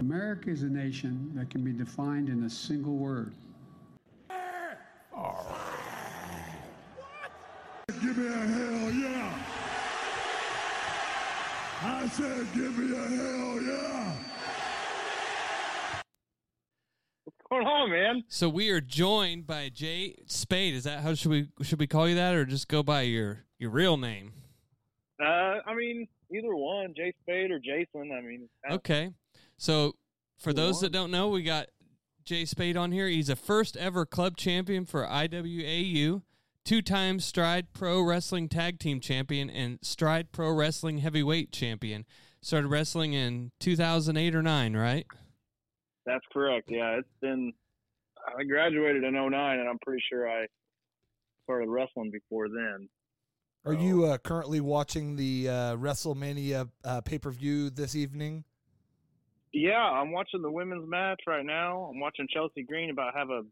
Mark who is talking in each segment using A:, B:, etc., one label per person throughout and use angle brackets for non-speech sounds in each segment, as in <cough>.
A: America is a nation that can be defined in a single word.
B: Give me a hell yeah. I said, give me a hell yeah.
C: What's going on, man?
D: So we are joined by Jay Spade. Is that how should we should we call you that, or just go by your your real name?
C: Uh, I mean, either one, Jay Spade or Jason. I mean, I-
D: Okay. So for those that don't know, we got Jay Spade on here. He's a first ever club champion for IWAU, two time Stride Pro Wrestling Tag Team Champion, and Stride Pro Wrestling Heavyweight Champion. Started wrestling in 2008 or 9, right?
C: that's correct. Yeah, it's been. I graduated in 09, and I'm pretty sure I started wrestling before then.
E: Are you uh, currently watching the uh, WrestleMania uh, pay per view this evening?
C: Yeah, I'm watching the women's match right now. I'm watching Chelsea Green about have a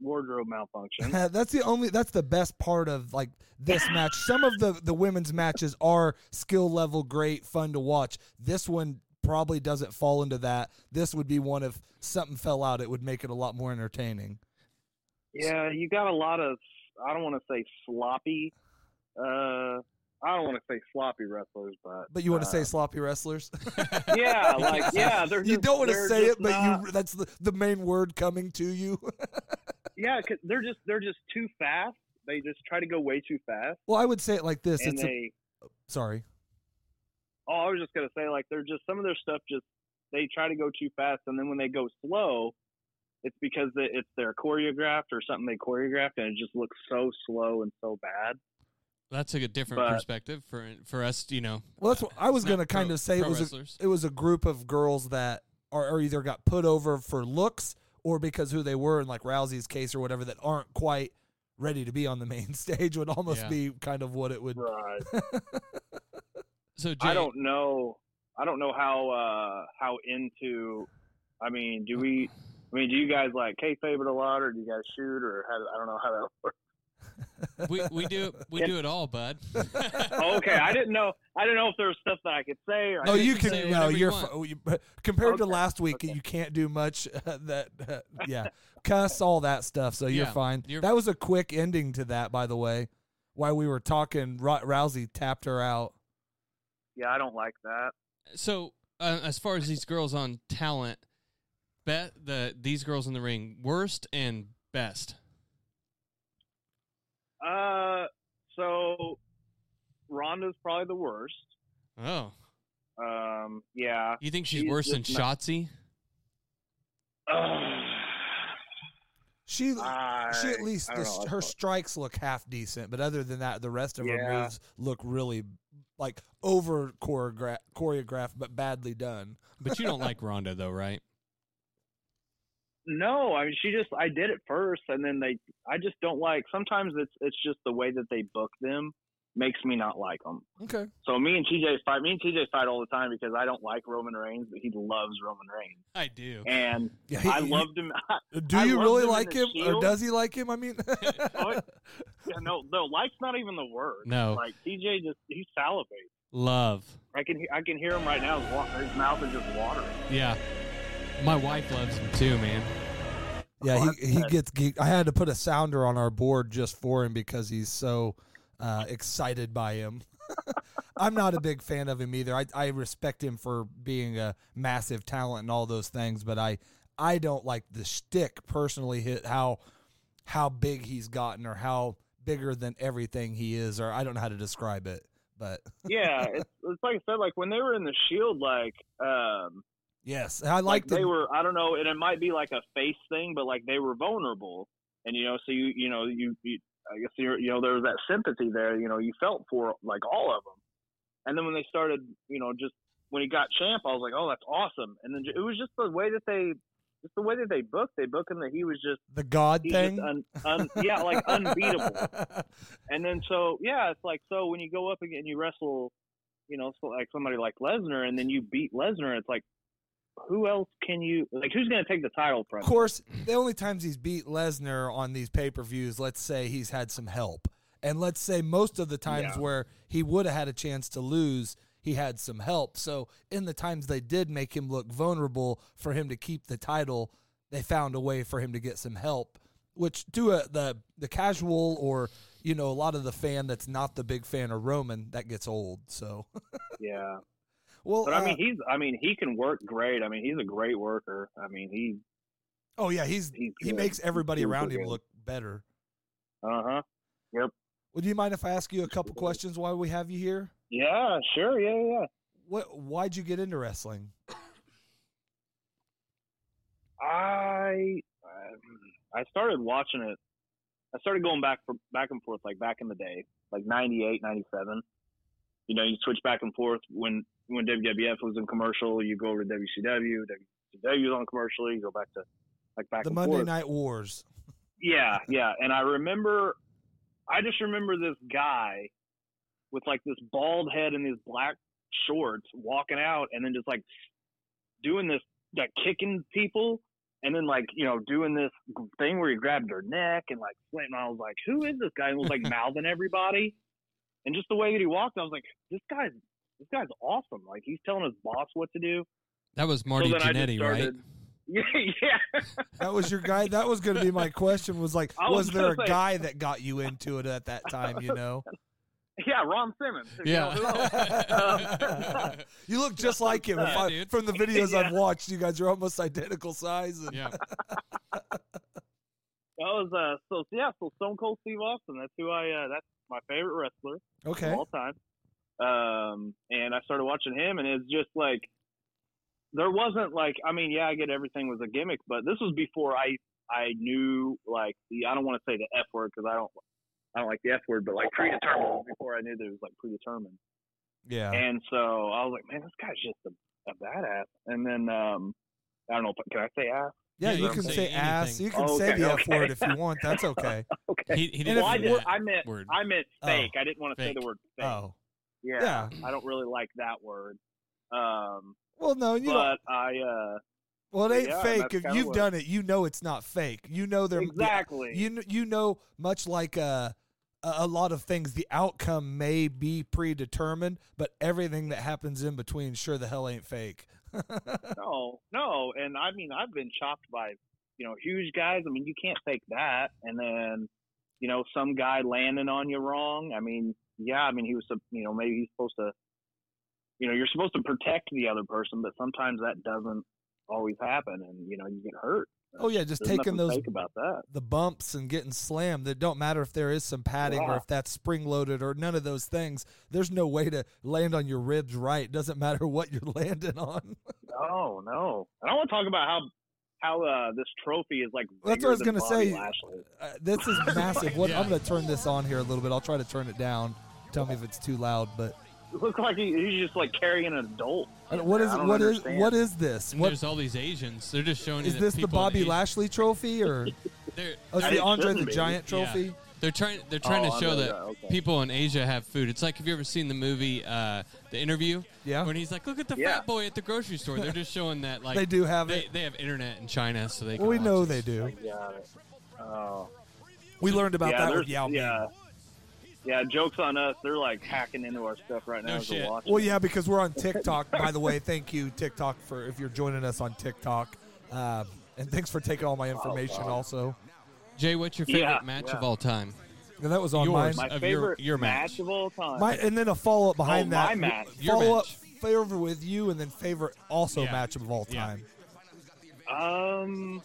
C: wardrobe
E: <laughs>
C: malfunction.
E: that's the only. That's the best part of like this match. Some of the the women's matches are skill level great, fun to watch. This one probably doesn't fall into that. This would be one if something fell out, it would make it a lot more entertaining.
C: yeah, you got a lot of. I don't want to say sloppy. Uh, I don't want to say sloppy wrestlers, but
E: But you want to
C: uh,
E: say sloppy wrestlers? <laughs>
C: yeah, <laughs> like yeah, they're
E: you
C: just-
E: don't want to
C: they're
E: say it,
C: just
E: but
C: not-
E: you that's the, the main word coming to you. <laughs>
C: Yeah, they they're just they're just too fast. They just try to go way too fast,
E: well, I would say it like this.
C: and
E: it's a,
C: they.
E: sorry.
C: oh, I was just gonna say like they're just some of their stuff just they try to go too fast, and then when they go slow, it's because it- it's their choreographed or something they choreographed, and it just looks so slow and so bad.
D: That's a good- different
C: But-
D: perspective for for us, you know.
E: Well, that's what I was
D: not
E: going to kind
D: pro-
E: of say. It
D: pro
E: was a,
D: wrestlers.
E: it was a group of girls that are, are either got put over for looks or because who they were in like Rousey's case or whatever that aren't quite ready to be on the <laughs> main stage would almost
D: Yeah.
E: be kind of what it would. <laughs>
C: Right.
D: So Jay,
C: I don't know. I don't know how uh how into. I mean, do we? I mean, do you guys like kayfabe it a lot, or do you guys shoot, or how, I don't know how
E: <laughs>
C: that works.
D: we, we do
C: <laughs>
D: we do it all, bud. <laughs>
C: Oh, okay, I didn't know. I didn't know if there was stuff that I could say. Or I
E: No,
C: couldn't
E: you
D: can
E: can.
D: say
E: no,
D: whatever you
E: you're
D: want.
E: fi- you- <laughs> but compared to
C: Okay.
E: last week.
C: Okay.
E: You can't do much. <laughs> that yeah, cuss all that stuff. So you're
D: Yeah,
E: fine.
D: you're-
E: that was a quick ending to that, by the way. While we were talking, Ro- Rousey tapped her out.
C: yeah, I don't like that.
D: so uh, as far as these girls on talent, bet the these girls in the ring worst and best.
C: Uh, so Rhonda's probably the worst.
D: Oh,
C: Um, yeah.
D: you think she's,
C: She's
D: worse than
C: just not-
D: Shotzi?
C: Ugh.
E: <sighs> She
C: I-
E: she at least
C: I
E: the,
C: don't know, I
E: her
C: thought-
E: strikes look half decent, but other than that, the rest of her
C: Yeah.
E: moves look really like over choreographed, choreographed but badly done.
D: But you don't like Ronda though, right?
C: <laughs> No, I mean she just I did it first, and then they. I just don't like. Sometimes it's it's just the way that they book them makes me not like them.
E: Okay,
C: So me and TJ fight. Me and TJ fight all the time because I don't like Roman Reigns, but he loves Roman Reigns,
D: I do.
C: and
E: <laughs> yeah,
C: I
E: he-
C: loved him. <laughs>
E: Do
C: I
E: you
C: loved
E: really
C: him in
E: like
C: the
E: him, or
C: Shield.
E: does he like him? I mean, <laughs>
C: Oh, yeah, no, no, like's not even the word.
D: No.
C: like TJ just he salivates.
D: Love.
C: I can he- I can hear him right now. His, wa- his mouth is just watering.
D: Yeah. My wife loves him too, man.
E: yeah, he he gets geeked. I had to put a sounder on our board just for him because he's so uh, excited by him. <laughs> I'm not a big fan of him either. I, I respect him for being a massive talent and all those things, but I I don't like the shtick personally. Hit how how big he's gotten or how bigger than everything he is, or I don't know how to describe it. But
C: yeah, it's, it's like I said, like when they were in the Shield, like um,
E: <laughs> yes, I
C: like
E: liked
C: they
E: him.
C: were, I don't know, and it might be like a face thing, but like they were vulnerable, and you know, so you, you know, you, you I guess you, you know, there was that sympathy there, you know, you felt for like all of them, and then when they started, you know, just when he got champ, I was like, oh, that's awesome, and then ju- it was just the way that they, just the way that they booked, they booked him that he was just,
E: the God
C: he's
E: thing.
C: just un, un, yeah, like
E: <laughs>
C: unbeatable. And then so yeah, it's like so when you go up again, you wrestle, you know, so like somebody like Lesnar, and then you beat Lesnar. It's like, who else can you like? Who's going to take the title from?
E: Of course, the only times he's beat Lesnar on these pay per views, let's say he's had some help. And let's say most of the times
C: Yeah.
E: where he would have had a chance to lose, he had some help. So in the times they did make him look vulnerable for him to keep the title, they found a way for him to get some help. Which to a, the the casual or you know a lot of the fan that's not the big fan of Roman that gets old. So <laughs>
C: yeah.
E: well,
C: But I
E: uh,
C: mean, he's I mean, he can work great. I mean, he's a great worker. I mean, he
E: oh yeah, he's
C: he's
E: he
C: good.
E: makes everybody
C: He's
E: around
C: good.
E: him look better.
C: Uh huh.
E: Well, do you mind if I ask you a couple questions while we have you here?
C: Yeah. Sure. Yeah. yeah, Yeah.
E: What? Why'd you get into wrestling?
C: I um, I started watching it. I started going back for back and forth like back in the day, like 98, 97. You know, you switch back and forth when when WWF was in commercial, you go over to WCW. WCW was on commercial. You go back to like back
E: The
C: and
E: Monday
C: forth.
E: Night Wars.
C: Yeah, yeah. And I remember, I just remember this guy with like this bald head and these black shorts walking out and then just like doing this, like kicking people and then like, you know, doing this thing where he grabbed their neck and like slanting. I was like, who is this guy? And was
D: <laughs>
C: like mouthing everybody. And just the way that he walked, I was like, this guy's, this guy's awesome. Like he's telling his boss what to do.
D: That was Marty
C: then I just
D: Jannetty, right?
C: started- <laughs> Yeah, yeah.
E: That was your guy. That was going to be my question. Was like,
C: <laughs> I
E: was,
C: was
E: there a
C: gonna say-
E: guy that got you into it at that time?
C: <laughs>
E: You know,
C: Yeah, Ron Simmons. You know, who
D: <laughs>
C: else? <laughs>
E: Yeah. you look just like him. If
D: Yeah,
E: I-
D: dude.
E: from the videos
C: Yeah.
E: I've watched, you guys are almost identical size.
D: <laughs>
E: And
D: yeah.
C: That was uh so yeah, so Stone Cold Steve Austin. That's who I uh that's my favorite wrestler
E: okay,
C: of all time. Um and I started watching him and it's just like there wasn't like I mean, yeah, I get everything was a gimmick, but this was before I I knew like the I don't want to say the F word because I don't I don't like the F word, but like predetermined before I knew that it was like predetermined.
E: yeah.
C: And so I was like, man, this guy's just a, a badass. And then um I don't know, can I say ass?
E: Yeah,
D: Yeah,
E: you can say
D: anything.
E: ass. You can
C: Oh,
E: say
C: okay,
E: the F
C: okay.
E: word if you want.
C: <laughs>
E: That's okay.
C: Okay.
D: He, he
E: And if
D: didn't
C: well, I,
D: say
C: did,
D: that
C: I meant
D: word.
C: I meant
E: Oh.
C: fake. I didn't want to say
D: Fake.
C: the word fake.
E: Oh,
C: Yeah, I don't really like that word. Um,
E: well, no, you don't.
C: but I uh,
E: Well, it ain't
C: yeah,
E: fake.
C: that's
E: If
C: kinda
E: you've
C: what-
E: done it, you know it's not fake. You know they're
C: exactly.
E: You kn- you know, much like uh, a a lot of things, the outcome may be predetermined, but everything that happens in between, sure the hell ain't fake.
C: no, no, and I mean I've been chopped by you know huge guys. I mean you can't fake that. And then you know some guy landing on you wrong. I mean yeah, I mean he was sup- you know maybe he's supposed to you know you're supposed to protect the other person, but sometimes that doesn't always happen, and you know you get hurt.
E: Oh yeah, just
C: There's nothing
E: taking those
C: fake about that.
E: the bumps and getting slammed. It don't matter if there is some padding or
C: Yeah.
E: if that's spring loaded or none of those things. There's no way to land on your ribs right. Doesn't matter what you're <laughs> landing on.
C: No, Oh, no. And I want to talk about how how uh, this trophy is like.
E: That's
C: bigger
E: what I was
C: than
E: gonna
C: Bobby
E: say.
C: Lashley.
E: Uh,
C: <laughs>
E: this is massive. What
D: Yeah.
E: I'm gonna turn this on here a little bit. I'll try to turn it down. Tell me if it's too loud, but
C: It looks like he, he's just like carrying an adult.
E: I don't- what is
C: I don't
E: what is
C: understand.
E: what is this?
D: And
E: What
D: there's all these Asians. They're just showing
E: Is
D: you.
E: this the Bobby Lashley
C: <laughs>
E: trophy or
D: They're,
E: oh, it's
C: I-
E: the
C: it
E: Andre the
C: shouldn't be.
E: Giant
D: Yeah.
E: trophy?
D: they're trying. They're trying
C: Oh,
D: to
C: I
D: show
C: know
D: that
C: that, okay.
D: people in Asia have food. It's like have you ever seen the movie uh, The Interview?
E: Yeah.
D: When he's like, "Look at the
C: Yeah.
D: fat boy at the grocery store." They're just showing that like
E: They do have
D: they,
E: it.
D: They have internet in China, so they.
E: Well,
D: Can
E: we
D: watch
E: know they
D: this.
E: do.
C: Yeah. Oh.
E: We learned about
C: yeah,
E: that with
C: there's-
E: Yao Ming.
C: yeah. Yeah, jokes on us. They're like hacking into our stuff right now.
D: No
C: as we're
D: shit.
C: watching.
E: Well, yeah, because
C: <laughs>
E: we're on TikTok. by the way, thank you TikTok for if you're joining us on TikTok, um, and thanks for taking all my information. also,
D: Jay, what's your favorite
C: Yeah,
D: match
C: yeah.
D: of all time?
E: and that was on
D: Yours.
E: mine.
C: My
D: Of your-
C: favorite
D: your match.
C: match. of all time.
E: My, and then a follow up behind
C: Oh,
E: that.
C: my match.
D: Your
E: Follow up
D: match.
E: favor with you, and then favorite also
D: Yeah.
E: match of all
D: Yeah.
E: time.
C: Um.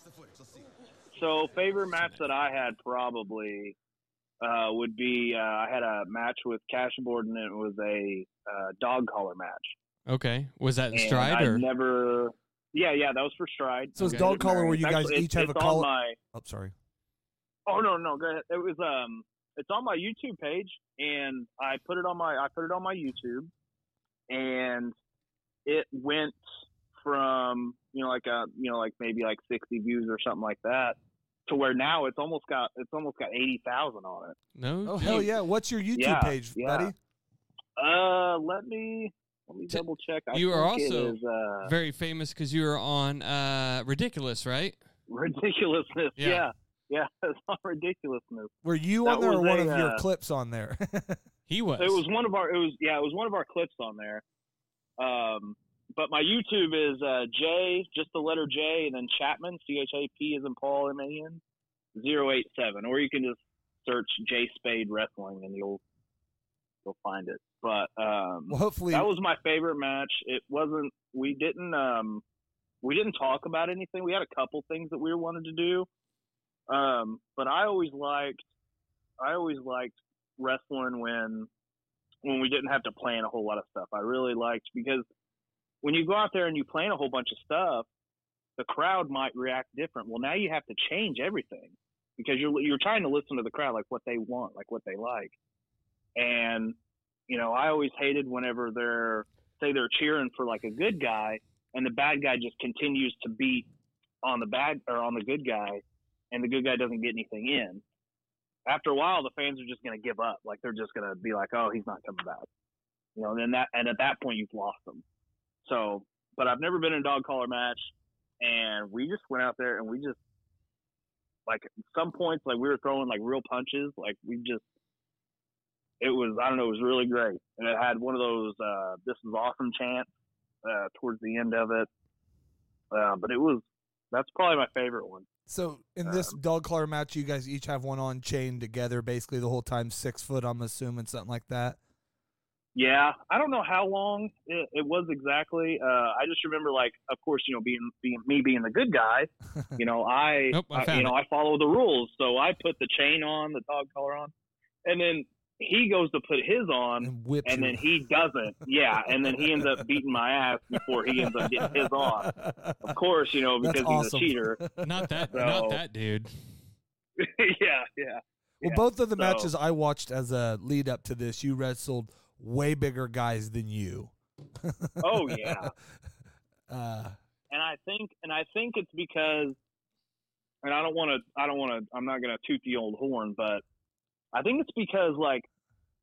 C: So favorite match that I had probably uh, would be uh, I had a match with Cash Borden. and It was a uh, dog collar match.
D: Okay, was that in
C: And
D: Stride
C: I've
D: or?
C: never. Yeah, yeah, that was for Stride.
E: So it's
D: Okay.
E: dog collar where
C: It's
E: you guys
C: actually- it's-
E: each have a
C: it's on
E: collar.
C: My,
E: oh, sorry.
C: oh no, no, go ahead. It was um, it's on my YouTube page, and I put it on my I put it on my YouTube, and it went from you know like a you know like maybe like sixty views or something like that to where now it's almost got it's almost got eighty thousand on it.
D: no.
E: Oh
D: geez.
E: hell yeah! What's your YouTube
C: Yeah,
E: page,
C: yeah.
E: buddy?
C: Uh, let me let me
D: T-
C: double check. I
D: you are
C: think it
D: also
C: is, uh,
D: Very famous because you were on uh, Ridiculous, right?
C: ridiculousness.
D: Yeah.
C: Yeah, yeah, <laughs> it's on ridiculousness.
E: Were you
C: That
E: on there or
C: was
E: one
C: a,
E: of your
C: uh,
E: clips on there? <laughs>
D: He was.
C: It was one of our. It was yeah. It was one of our clips on there, Um, but my YouTube is uh, J, just the letter J, and then Chapman, C H A P is in Paul, M A N, 087. Or you can just search J Spade Wrestling and you'll you'll find it. But um,
E: Well, hopefully,
C: that was my favorite match. It wasn't. We didn't. Um, we didn't talk about anything. We had a couple things that we wanted to do. Um, but I always liked. I always liked wrestling when when we didn't have to plan a whole lot of stuff. I really liked because when you go out there and you plan a whole bunch of stuff, the crowd might react different. Well, now you have to change everything because you're you're trying to listen to the crowd, like what they want, like what they like, and you know, I always hated whenever they're say they're cheering for like a good guy and the bad guy just continues to beat on the bad or on the good guy and the good guy doesn't get anything in. After a while the fans are just gonna give up. Like they're just gonna be like, Oh, he's not coming back. You know, and then that and at that point you've lost them. So but I've never been in a dog collar match and we just went out there and we just like at some points like we were throwing like real punches, like we just it was I don't know, it was really great, and it had one of those uh, "This is awesome" chants uh, towards the end of it. Uh, but it was that's probably my favorite one.
E: so in this
C: Um,
E: dog collar match, you guys each have one on chain together, basically the whole time, six foot, I'm assuming, something like that.
C: Yeah, I don't know how long it, it was exactly. Uh, I just remember like, of course, you know, being, being me being the good guy. You know, I,
D: Nope, I
C: I-
D: found
C: you know I follow the rules, so I put the chain on, the dog collar on, and then he goes to put his on,
E: And whip
C: Um, and
E: <laughs> you.
C: then he doesn't. Yeah, and then he ends up beating my ass before he ends up getting
E: <laughs>
C: his on. Of course, you know
E: That's
C: because he's
E: awesome.
C: a
E: <laughs>
C: cheater. <laughs>
D: Not that,
C: So-
D: not that dude.
C: yeah, yeah.
E: Well,
C: Yeah,
E: both of the
C: so-
E: matches I watched as a lead up to this, you wrestled way bigger guys than you.
C: Oh yeah.
E: <laughs> Uh,
C: and I think and I think it's because and I don't want to I don't want to I'm not going to toot the old horn but I think it's because like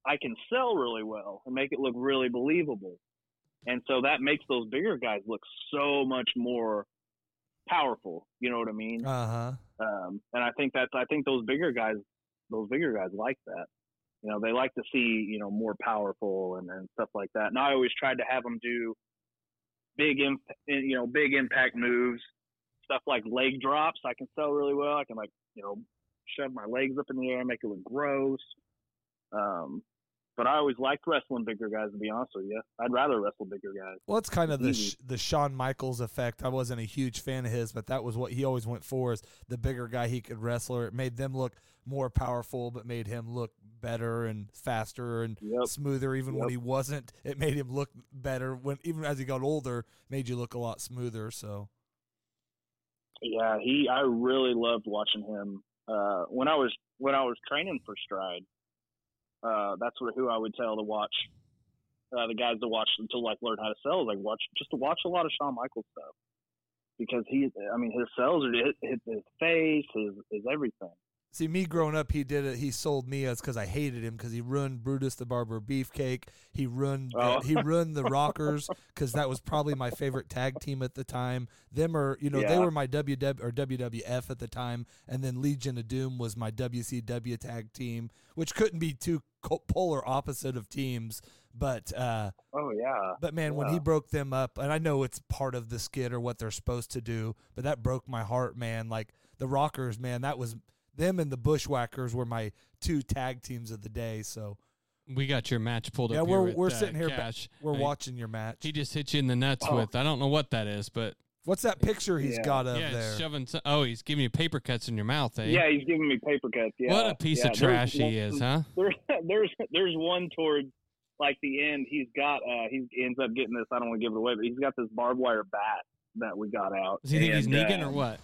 C: I can sell really well and make it look really believable. And so that makes those bigger guys look so much more powerful, you know what I mean?
E: uh huh.
C: Um, and I think that's I think those bigger guys those bigger guys like that. You know, they like to see, you know, more powerful and, and stuff like that. And I always tried to have them do big, imp- eh, you know, big impact moves, stuff like leg drops. I can sell really well. I can like, you know, shove my legs up in the air, make it look gross. Um, but I always liked wrestling bigger guys. To be honest with you, I'd rather wrestle bigger guys.
E: Well, it's kind of the
C: Mhm.
E: sh- the Shawn Michaels effect. I wasn't a huge fan of his, but that was what he always went for: is the bigger guy he could wrestle. It made them look more powerful, but made him look better and faster and
C: Yep.
E: smoother. Even when
C: Yep.
E: he wasn't, it made him look better. When even as he got older, made you look a lot smoother. So
C: Yeah, he. I really loved watching him. Uh, when I was when I was training for Stride, uh, that's where, who I would tell to watch. Uh, the guys to watch to like learn how to sell, like watch just to watch a lot of Shawn Michaels stuff because he. I mean, his cells are his, his his face, his his everything.
E: See, me growing up, he did it. He sold me as because I hated him because he ruined Brutus the Barber Beefcake. He ruined the,
C: Oh.
E: he ruined
C: <laughs>
E: the Rockers because that was probably my favorite tag team at the time. Them or you know they
C: Yeah.
E: were my WW or WWF at the time, and then Legion of Doom was my WCW tag team, which couldn't be two co- polar opposite of teams. But uh,
C: Oh yeah,
E: but man, when he
C: Yeah.
E: broke them up, and I know it's part of the skit or what they're supposed to do, but that broke my heart, man. Like the Rockers, man, that was them and the Bushwhackers were my two tag teams of the day. So
D: We got your match pulled
E: yeah,
D: up. here
E: we're
D: with,
E: we're
D: uh,
E: sitting here, ba-
D: Cash.
E: we're
D: Hey,
E: watching your match.
D: He just hit you in the nuts
C: Oh.
D: with. I don't know what that is, but
E: What's that picture he's
C: Yeah.
E: got up
D: yeah, it's
E: there?
D: shoving. Some, oh, he's giving you paper cuts in your mouth, eh?
C: yeah. He's giving me paper cuts. Yeah,
D: what a piece
C: yeah, there's
D: of trash
C: one-
D: he is, huh?
C: there's <laughs> there's there's one towards like the end. He's got uh he ends up getting this. I don't want to give it away, but he's got this barbed wire bat that we got out.
D: Does he think he's
C: And,
D: Negan
C: uh,
D: or what?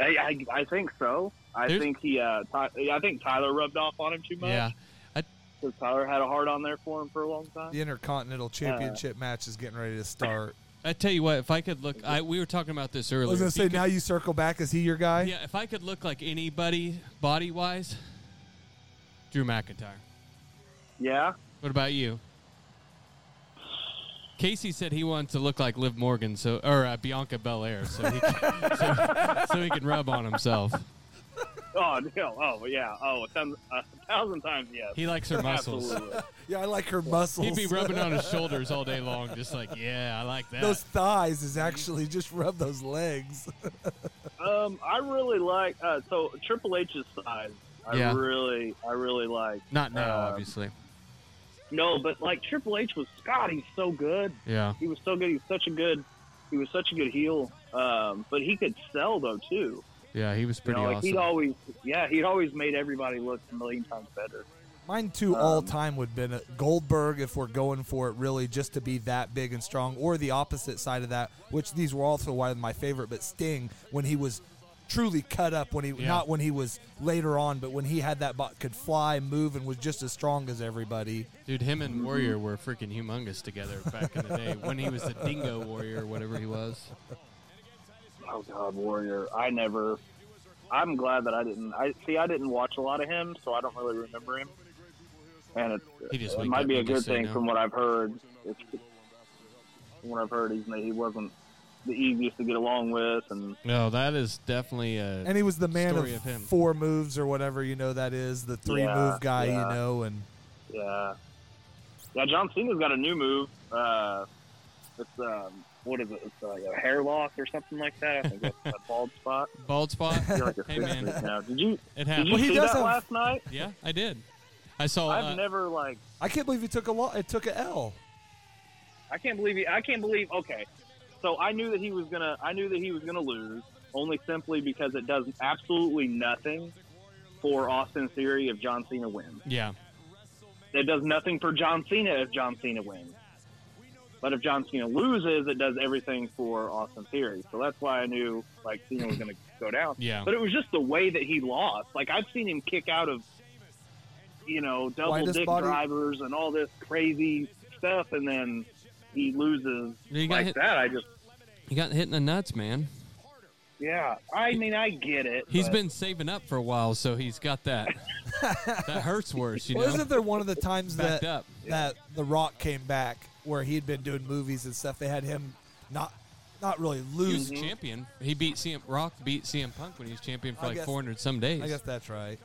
C: I, I I think so. I
D: There's-
C: think he uh Ty, I think Tyler rubbed off on him too much.
D: Yeah,
C: because Tyler had a hard on there for him for a long time.
E: The
C: Uh,
E: Intercontinental Championship match is getting ready to start.
D: I tell you what. If I could look, I we were talking about this earlier.
E: I was gonna
D: If you
E: say,
D: could-
E: now you circle back. Is he your guy?
D: yeah, if I could look like anybody body wise, Drew McIntyre.
C: Yeah,
D: What about you? Casey said he wants to look like Liv Morgan, so <laughs> or uh, Bianca Belair, so he can, so, so he can rub on himself.
C: Oh <laughs> no! Oh yeah! Oh, a thousand, a thousand times yes.
D: He likes her muscles.
C: Absolutely.
E: Yeah, I like her muscles.
D: He'd be rubbing on his shoulders all day long, just like, yeah, I like that.
E: those thighs is actually just rub those legs.
C: Um, I really like uh, so Triple H's size. I
D: Yeah.
C: really, I really like.
D: Not now,
C: Um,
D: obviously.
C: No, but like Triple H was God. He's so good.
D: Yeah.
C: He was so good. He was such a good. He was such a good heel. Um, but he could sell though too.
D: Yeah, he was
C: You
D: pretty
C: know, like he'd
D: awesome.
C: always, yeah, he'd always made everybody look a million times better.
E: Mine too,
C: Um,
E: all time would have been uh, Goldberg if we're going for it, really, just to be that big and strong, or the opposite side of that, which these were also one of my favorite. But Sting, when he was truly cut up, when he
D: Yeah.
E: not when he was later on, but when he had that bot, could fly, move, and was just as strong as everybody.
D: Dude, him and Warrior were freaking humongous together back in the day when he was the Dingo Warrior, or whatever he was.
C: Oh God, Warrior. I never. I'm glad that I didn't. I see. I didn't watch a lot of him, so I don't really remember him. And it,
D: He just
C: it
D: waked
C: might
D: up
C: be a
D: and
C: good
D: just said
C: thing
D: no.
C: from what I've heard. It's, from what I've heard, he's, he wasn't the easiest to get along with, and
D: No, that is definitely a.
E: And he was the man of,
D: Story of him.
E: four moves or whatever you know that is, the three
C: Yeah,
E: move guy,
C: yeah.
E: you know, and
C: yeah, yeah. John Cena's got a new move. Uh, it's um, what is it? It's like a hair lock or something like that. I think that's a bald
E: <laughs>
C: spot. <laughs>
D: Bald spot?
C: I feel like it's
D: Hey, man.
C: fixed now. Did you
D: It
C: did
D: happened.
C: you
E: Well, he
C: see
E: does
C: that
E: have- Oh,
C: last night?
D: <laughs> yeah, I did. I saw. uh,
C: I've never like.
E: I can't believe he took a lot. It took a L.
C: I can't believe he. I can't believe. Okay, so I knew that he was gonna. I knew that he was gonna lose only simply because it does absolutely nothing for Austin Theory if John Cena wins.
D: yeah,
C: It does nothing for John Cena if John Cena wins. But if John Cena loses, it does everything for Austin Theory. So that's why I knew like Cena was gonna go down.
D: <laughs> yeah.
C: But it was just the way that he lost. Like I've seen him kick out of, you know, double
E: Lightest
C: dick
E: body-
C: drivers and all this crazy stuff, and then he loses
D: He got,
C: like
D: hit,
C: that. I just,
D: he got hit in the nuts, man.
C: yeah. I mean, I get it.
D: He's
C: but-
D: been saving up for a while, so he's got
E: <laughs>
D: that. that hurts worse, you
E: well,
D: know.
E: isn't there one of the times
D: Backed
E: that
D: up.
E: that The Rock came back where he'd been doing movies and stuff? They had him not not really
D: He was
E: lose.
C: Mm-hmm.
D: champion. He beat CM Rock, beat CM Punk when he was champion for
E: I
D: like
E: guess-
D: 400 some days.
E: I guess that's right.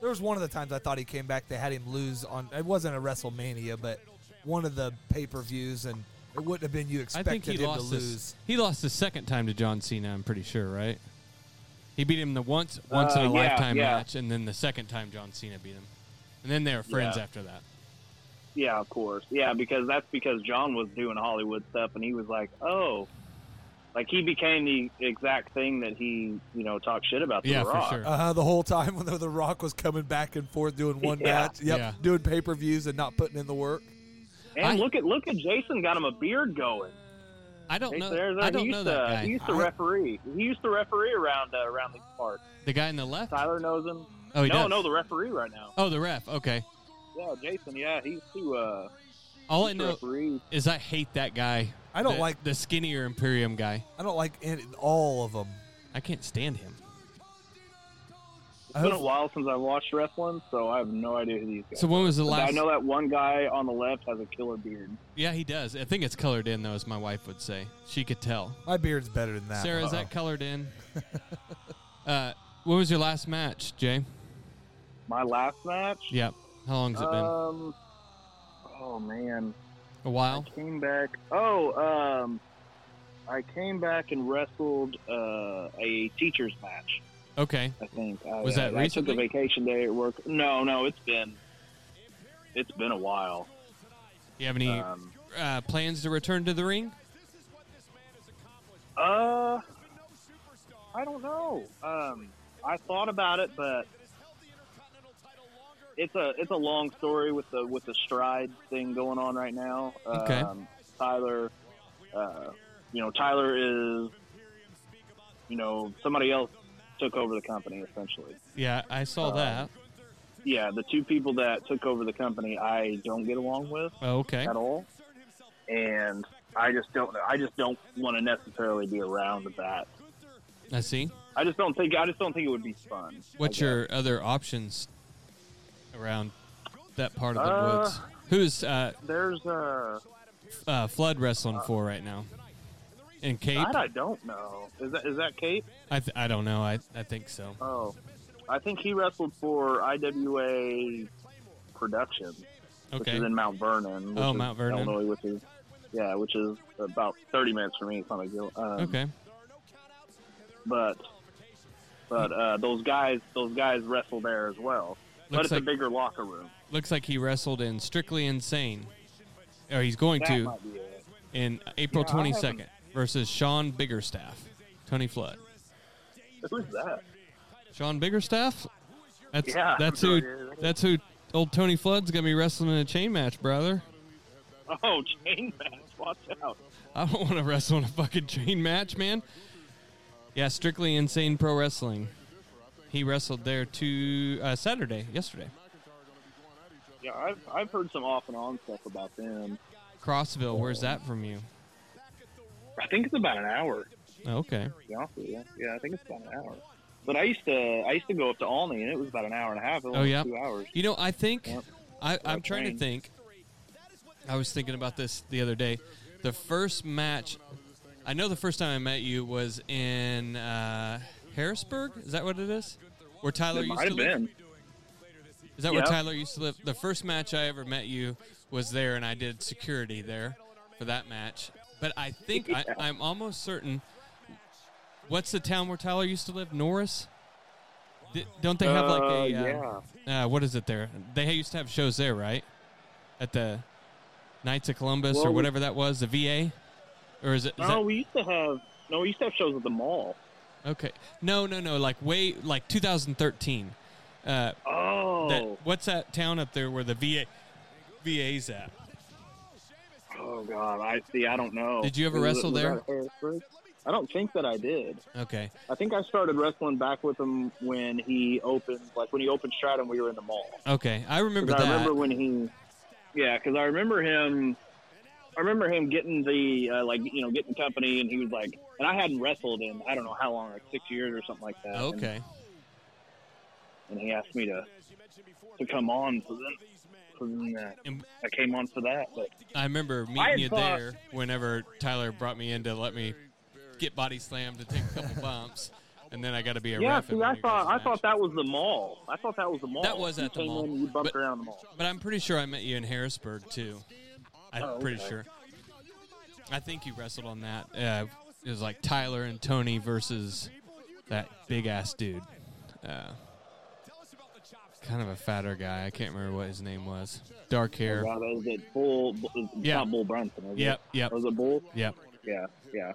E: There was one of the times I thought he came back. They had him lose on. It wasn't a WrestleMania, but one of the pay per views, and it wouldn't have been you
D: I
E: expected
D: think he
E: him
D: lost.
E: to
D: His,
E: lose.
D: He lost the second time to John Cena. I'm pretty sure, right? He beat him the once once in
C: Uh,
D: a
C: yeah,
D: lifetime
C: yeah.
D: match, and then the second time John Cena beat him, and then they were friends
C: Yeah.
D: after that.
C: yeah, of course, yeah, because that's because John was doing Hollywood stuff, and he was like, oh. Like he became the exact thing that he, you know, talked shit about. to
D: yeah,
C: The Rock.
D: for sure.
E: Uh huh. The whole time <laughs> when the, the Rock was coming back and forth doing one
C: Yeah.
E: match, yep,
D: Yeah.
E: doing pay per views and not putting in the work.
C: And
D: I-
C: look at look at Jason got him a beard going.
D: I don't
C: Hey,
D: know.
C: there's uh, that-
D: I
C: he
D: don't know
C: used to,
D: that
C: He
D: guy.
C: used to
E: I-
C: referee. He used to referee around uh, around the park.
D: The guy in the left.
C: Tyler knows him.
D: Oh, he
C: no,
D: does.
C: no, the referee right now.
D: oh, the ref. Okay.
C: Yeah, Jason. Yeah, he's too. Uh,
D: All I
C: he's
D: know
C: referee.
D: is I hate that guy.
E: I don't
D: The-
E: like-
D: the skinnier Imperium guy.
E: I don't like in, all of them.
D: I can't stand him.
E: I
C: It's been
E: hope-
C: a while since I've watched wrestling, so I have no idea who these guys.
D: So when was the
C: are.
D: last?
C: I know that one guy on the left has a killer beard.
D: Yeah, he does. I think it's colored in though, as my wife would say. She could tell.
E: My beard's better than that. Uh-huh.
D: Sarah, is
E: Uh-oh.
D: that colored in? <laughs> uh, when was your last match, Jay?
C: My last match.
D: Yep. How long's it been?
C: Um. Oh man,
D: A while.
C: came back. Oh, um, I came back and wrestled uh, a teachers match.
D: Okay.
C: I think. I,
D: Was that
C: I,
D: recently?
C: I took a vacation day at work. No, no, it's been it's been a while.
D: You have any
C: Um,
D: uh, plans to return to the ring?
C: uh, I don't know. Um, I thought about it, but it's a it's a long story with the with the stride thing going on right now.
D: Okay.
C: Um, Tyler, uh, you know, Tyler is, you know, somebody else took over the company essentially.
D: Yeah, I saw
C: Um,
D: that.
C: Yeah, the two people that took over the company, I don't get along with.
D: Oh, okay.
C: at all. And I just don't. I just don't want to necessarily be around that.
D: I see.
C: I just don't think. I just don't think it would be fun. I
D: What's
C: guess.
D: your other options around that part of the
C: Uh,
D: woods? Who's uh,
C: There's a.
D: uh, flood wrestling for right now? In Cape?
C: That I don't know. Is that is that Kate?
D: I, th- I don't know. I, I think so.
C: Oh, I think he wrestled for IWA Productions, which
D: Okay.
C: is in uh, Mount Vernon. which
D: Oh,
C: is
D: Mount Vernon.
C: Illinois, which is yeah, which is about 30 minutes from me. It's not a deal. Um,
D: Okay.
C: but but uh, those guys those guys wrestle there as well. but
D: Looks
C: it's
D: like-
C: a bigger locker room.
D: Looks like he wrestled in Strictly Insane, or he's going
C: That
D: to
C: might be it.
D: in April
C: Yeah, I haven't-
D: 22nd versus Sean Biggerstaff, Tony Flood.
C: Who's that?
D: Sean Biggerstaff? That's
C: Yeah,
D: that's
C: I'm
D: who
C: sorry.
D: that's who old Tony Flood's gonna be wrestling in a chain match, brother.
C: Oh, chain match. Watch out.
D: I don't <laughs> want to wrestle in a fucking chain match, man. Yeah, strictly insane pro wrestling. He wrestled there to uh, Saturday yesterday,
C: Yeah, I've I've heard some off and on stuff about them.
D: Crossville. Where's that from you?
C: I think it's about an hour.
D: Okay,
C: To be honest with you. Yeah, I think it's about an hour. But I used to I used to go up to Alney and it was about an hour and a half. It was
D: Oh, yeah.
C: two hours.
D: you know I think
C: Yep.
D: I, I'm
C: That
D: trying to
C: train.
D: think. I was thinking about this the other day. The first match, I know the first time I met you was in uh, Harrisburg. Is that what it is? Where Tyler
C: It
D: used
C: might
D: to
C: have
D: live?
C: been.
D: Is that
C: Yeah.
D: where Tyler used to live? The first match I ever met you was there, and I did security there for that match. But I think I, I'm almost certain. What's the town where Tyler used to live? Norris. Di- don't they have like a
C: Uh,
D: uh,
C: yeah.
D: uh, what is it there? They used to have shows there, right? At the Knights of Columbus
C: Well,
D: or
C: we-
D: whatever that was, the VA, or is it?
C: No,
D: Is that,
C: we used to have no, we used to have shows at the mall.
D: okay, no, no, no. Like way, like 2013. Uh,
C: Oh,
D: that, what's that town up there where the VA VA's at?
C: oh God! I see. I don't know.
D: Did you ever
C: Was it-
D: wrestle
C: was
D: there?
C: that Harrisburg? I don't think that I did.
D: Okay.
C: I think I started wrestling back with him when he opened, like when he opened Stratum. We were in the mall.
D: Okay. I remember
C: 'Cause
D: that.
C: I remember when he, yeah, because I remember him. I remember him getting the uh, like you know getting company, and he was like, and I hadn't wrestled in I don't know how long, like six years or something like that. And-
D: okay.
C: And, he asked me to to come on, so then, so then uh,
D: And
C: I came on for that. But
D: I remember
C: had
D: meeting you
C: thought-
D: there whenever Tyler brought me in to let me get body slammed and take
C: <laughs>
D: a couple bumps. And then I got to be a
C: yeah,
D: ref. in
C: see,
D: one
C: I
D: of your
C: thought I
D: guys'
C: thought
D: matches.
C: that was the mall. I thought that was the mall.
D: That was
C: You
D: at the
C: came
D: mall.
C: in and you bumped
D: But-
C: around the mall.
D: But I'm pretty sure I met you in Harrisburg too. I'm
C: Oh,
D: pretty
C: okay.
D: sure. I think you wrestled on that. Uh, it was like Tyler and Tony versus that big ass dude. Uh, kind of a fatter guy. I can't remember what his name was. Dark hair.
C: Yeah, that was at Bull. It's
D: Yeah.
C: not Bull Brunson. Is
D: Yep,
C: It?
D: yep,
C: Was it Bull?
D: yep.
C: Yeah, yeah.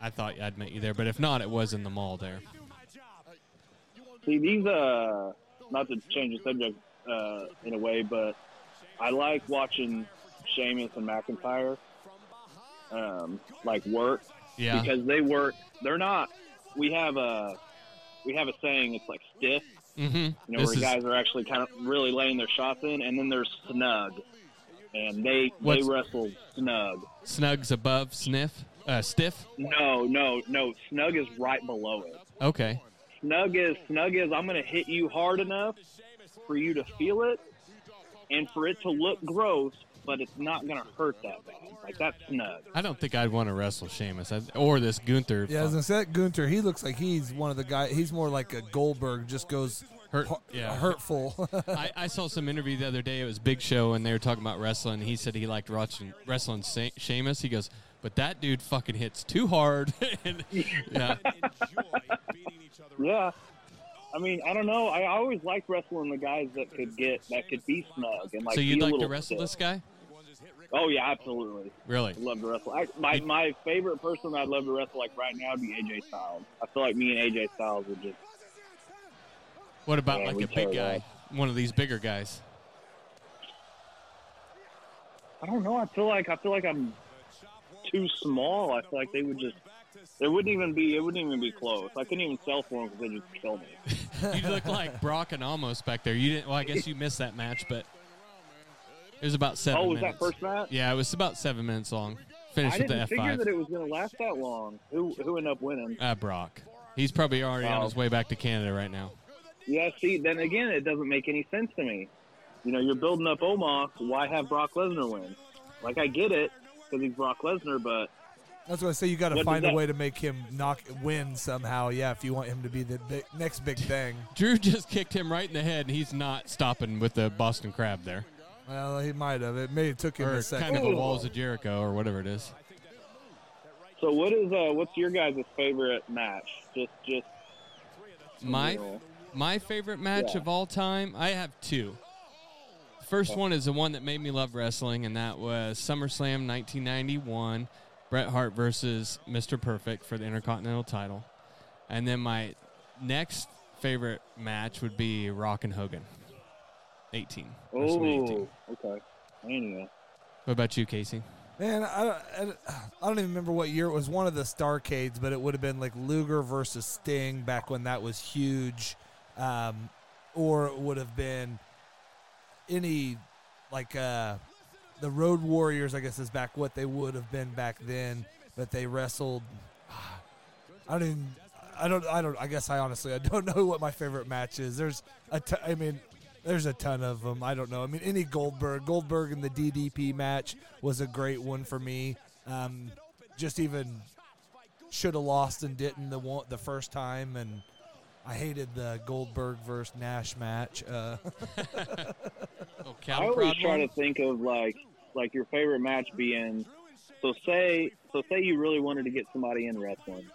D: I thought I'd met you there, but if not, it was in the mall there.
C: See, these uh, not to change the subject uh, in a way, but I like watching Sheamus and McIntyre um, like work
D: Yeah.
C: because they work. They're not. We have a we have a saying. It's like stiff.
D: mm-hmm.
C: you know,
D: this
C: where
D: is
C: guys are actually kind of really laying their shots in, and then they're snug, and they
D: What's-
C: they wrestle snug.
D: snugs above sniff. Uh, stiff.
C: No, no, no. Snug is right below it.
D: Okay.
C: Snug is snug is I'm gonna hit you hard enough for you to feel it, and for it to look gross, but it's not gonna hurt that bad. Like that's snug.
D: I don't think I'd want to wrestle Sheamus I, or this Gunther.
E: Yeah, I was gonna say that Gunter. He looks like he's one of the guy. He's more like a Goldberg. Just goes
D: Hurt-
E: hu-
D: yeah.
E: hurtful. <laughs>
D: I, I saw some interview the other day. It was Big Show, and they were talking about wrestling. He said he liked watching wrestling Se- Sheamus. He goes, but that dude fucking hits too hard. <laughs> and,
C: <laughs>
D: yeah,
C: Yeah. I mean, I don't know. I always liked wrestling the guys that could get that could be snug and like.
D: so
C: be
D: you'd
C: a
D: like to
C: little
D: wrestle
C: stiff.
D: this guy?
C: Oh yeah, absolutely.
D: Really?
C: I'd love to wrestle. I, my my favorite person I'd love to wrestle like right now would be AJ Styles. I feel like me and AJ Styles would just
D: What about
C: Yeah,
D: like
C: we
D: a big
C: totally
D: guy, one of these bigger guys?
C: I don't know. I feel like I feel like I'm too small. I feel like they would just it wouldn't even be it wouldn't even be close. I couldn't even sell for them because they just killed me.
D: You look like Brock and almost back there. You didn't. Well, I guess you missed that match, but it was about seven.
C: Oh, was
D: minutes.
C: that first match?
D: Yeah, it was about seven minutes long. Finished
C: I
D: with the
C: didn't
D: F
C: figure
D: five.
C: that it was going to last that long. Who who ended up winning?
D: Uh, Brock. He's probably already on
C: Wow.
D: his way back to Canada right now.
C: Yeah, see, then again, it doesn't make any sense to me. You know, you're building up Omos. Why have Brock Lesnar win? Like, I get it because he's Brock Lesnar, but
E: That's why I say you got to
C: What
E: find
C: does
E: a
C: that-
E: way to make him knock win somehow. Yeah, if you want him to be the big, next big thing.
D: Drew just <laughs> kicked him right in the head, and he's not stopping with the Boston Crab there.
E: Well, he might have. It may have took him
D: Or
E: a
D: kind
E: second.
D: of a Walls of Jericho or whatever it is.
C: So what is uh what's your guys' favorite match? Just just
D: My
C: you know,
D: my favorite match
C: Yeah. Oh.
D: of all time, I have two. The first one is the one that made me love wrestling, and that was SummerSlam 1991, Bret Hart versus Mr. Perfect for the Intercontinental title. And then my next favorite match would be Rock and Hogan, 18. WrestleMania 18.
C: Oh, okay. Mania.
D: What about you, Casey?
E: Man, I don't, I don't- I don't even remember what year it was. One of the Starcades, but it would have been like Luger versus Sting back when that was huge, um, or it would have been any like uh, the Road Warriors. I guess is back what they would have been back then, but they wrestled. I don't even. I don't. I don't. I guess I honestly. I don't <laughs> know what my favorite match is. There's a. T- I mean, there's a ton of them. I don't know. I mean, any Goldberg. Goldberg in the DDP match was a great one for me. Um, just even should have lost and didn't the one, the first time, and I hated the Goldberg versus Nash match. Uh,
D: Oh,
C: I always try to think of like like your favorite match being so say so say you really wanted to get somebody in wrestling,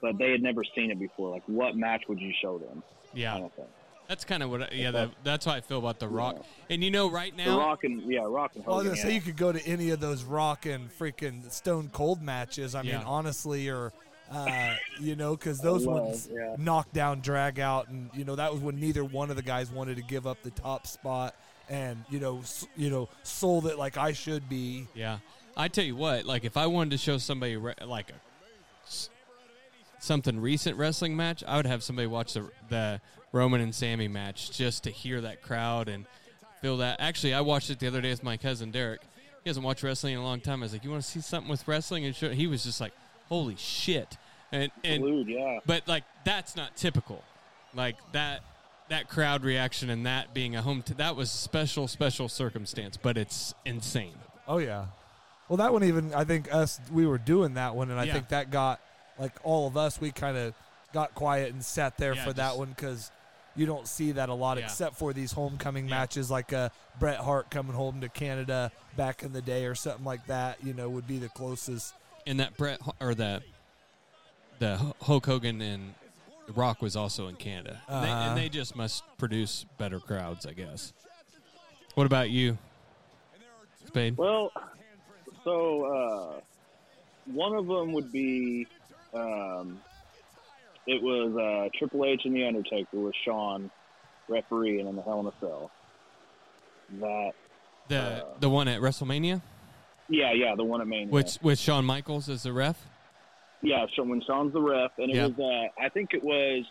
C: but they had never seen it before. Like what match would you show them? I
D: Yeah,
C: don't think.
D: that's kind of what. I, yeah, that, that's how I feel about the Rock. And you know, right
C: The
D: now,
C: Rock and yeah, Rock and
E: well, I was
C: Hogan.
E: gonna
C: yeah.
E: say you could go to any of those rock and freaking Stone Cold matches. I mean,
D: Yeah.
E: honestly, or uh, you know, because those
C: Well,
E: ones
C: yeah.
E: knock down, drag out, and you know that was when neither one of the guys wanted to give up the top spot, and you know, s- you know, sold it like I should be.
D: Yeah, I tell you what. Like, if I wanted to show somebody re- like a, s- something recent wrestling match, I would have somebody watch the the Roman and Sammy match just to hear that crowd and feel that. Actually, I watched it the other day with my cousin Derek. He hasn't watched wrestling in a long time. I was like, "You want to see something with wrestling?" And show-? he was just like, "Holy shit!" And and
C: Dude, yeah.
D: but like that's not typical like that that crowd reaction and that being a home t- that was special special circumstance but it's insane
E: Oh yeah. Well, that one even I think us we were doing that one, and I
D: Yeah.
E: think that got like all of us. We kind of got quiet and sat there
D: Yeah,
E: for that
D: just-
E: one because you don't see that a lot,
D: Yeah.
E: except for these homecoming
D: Yeah.
E: matches, like uh, Bret Hart coming home to Canada back in the day, or something like that. You know, would be the closest.
D: and that Brett Ho- or the the Ho- Hulk Hogan and The Rock was also in Canada, And they,
E: Uh-huh.
D: and they just must produce better crowds, I guess. What about you, Spade?
C: Well, so uh, one of them would be um, it was uh, Triple H and The Undertaker with Sean referee and in the Hell in a Cell. That
D: The the one at WrestleMania,
C: uh, yeah yeah the one at Mania.
D: which with Shawn Michaels as the ref.
C: Yeah, so when Sean's the ref, and it
D: Yeah.
C: was, uh, I think it was,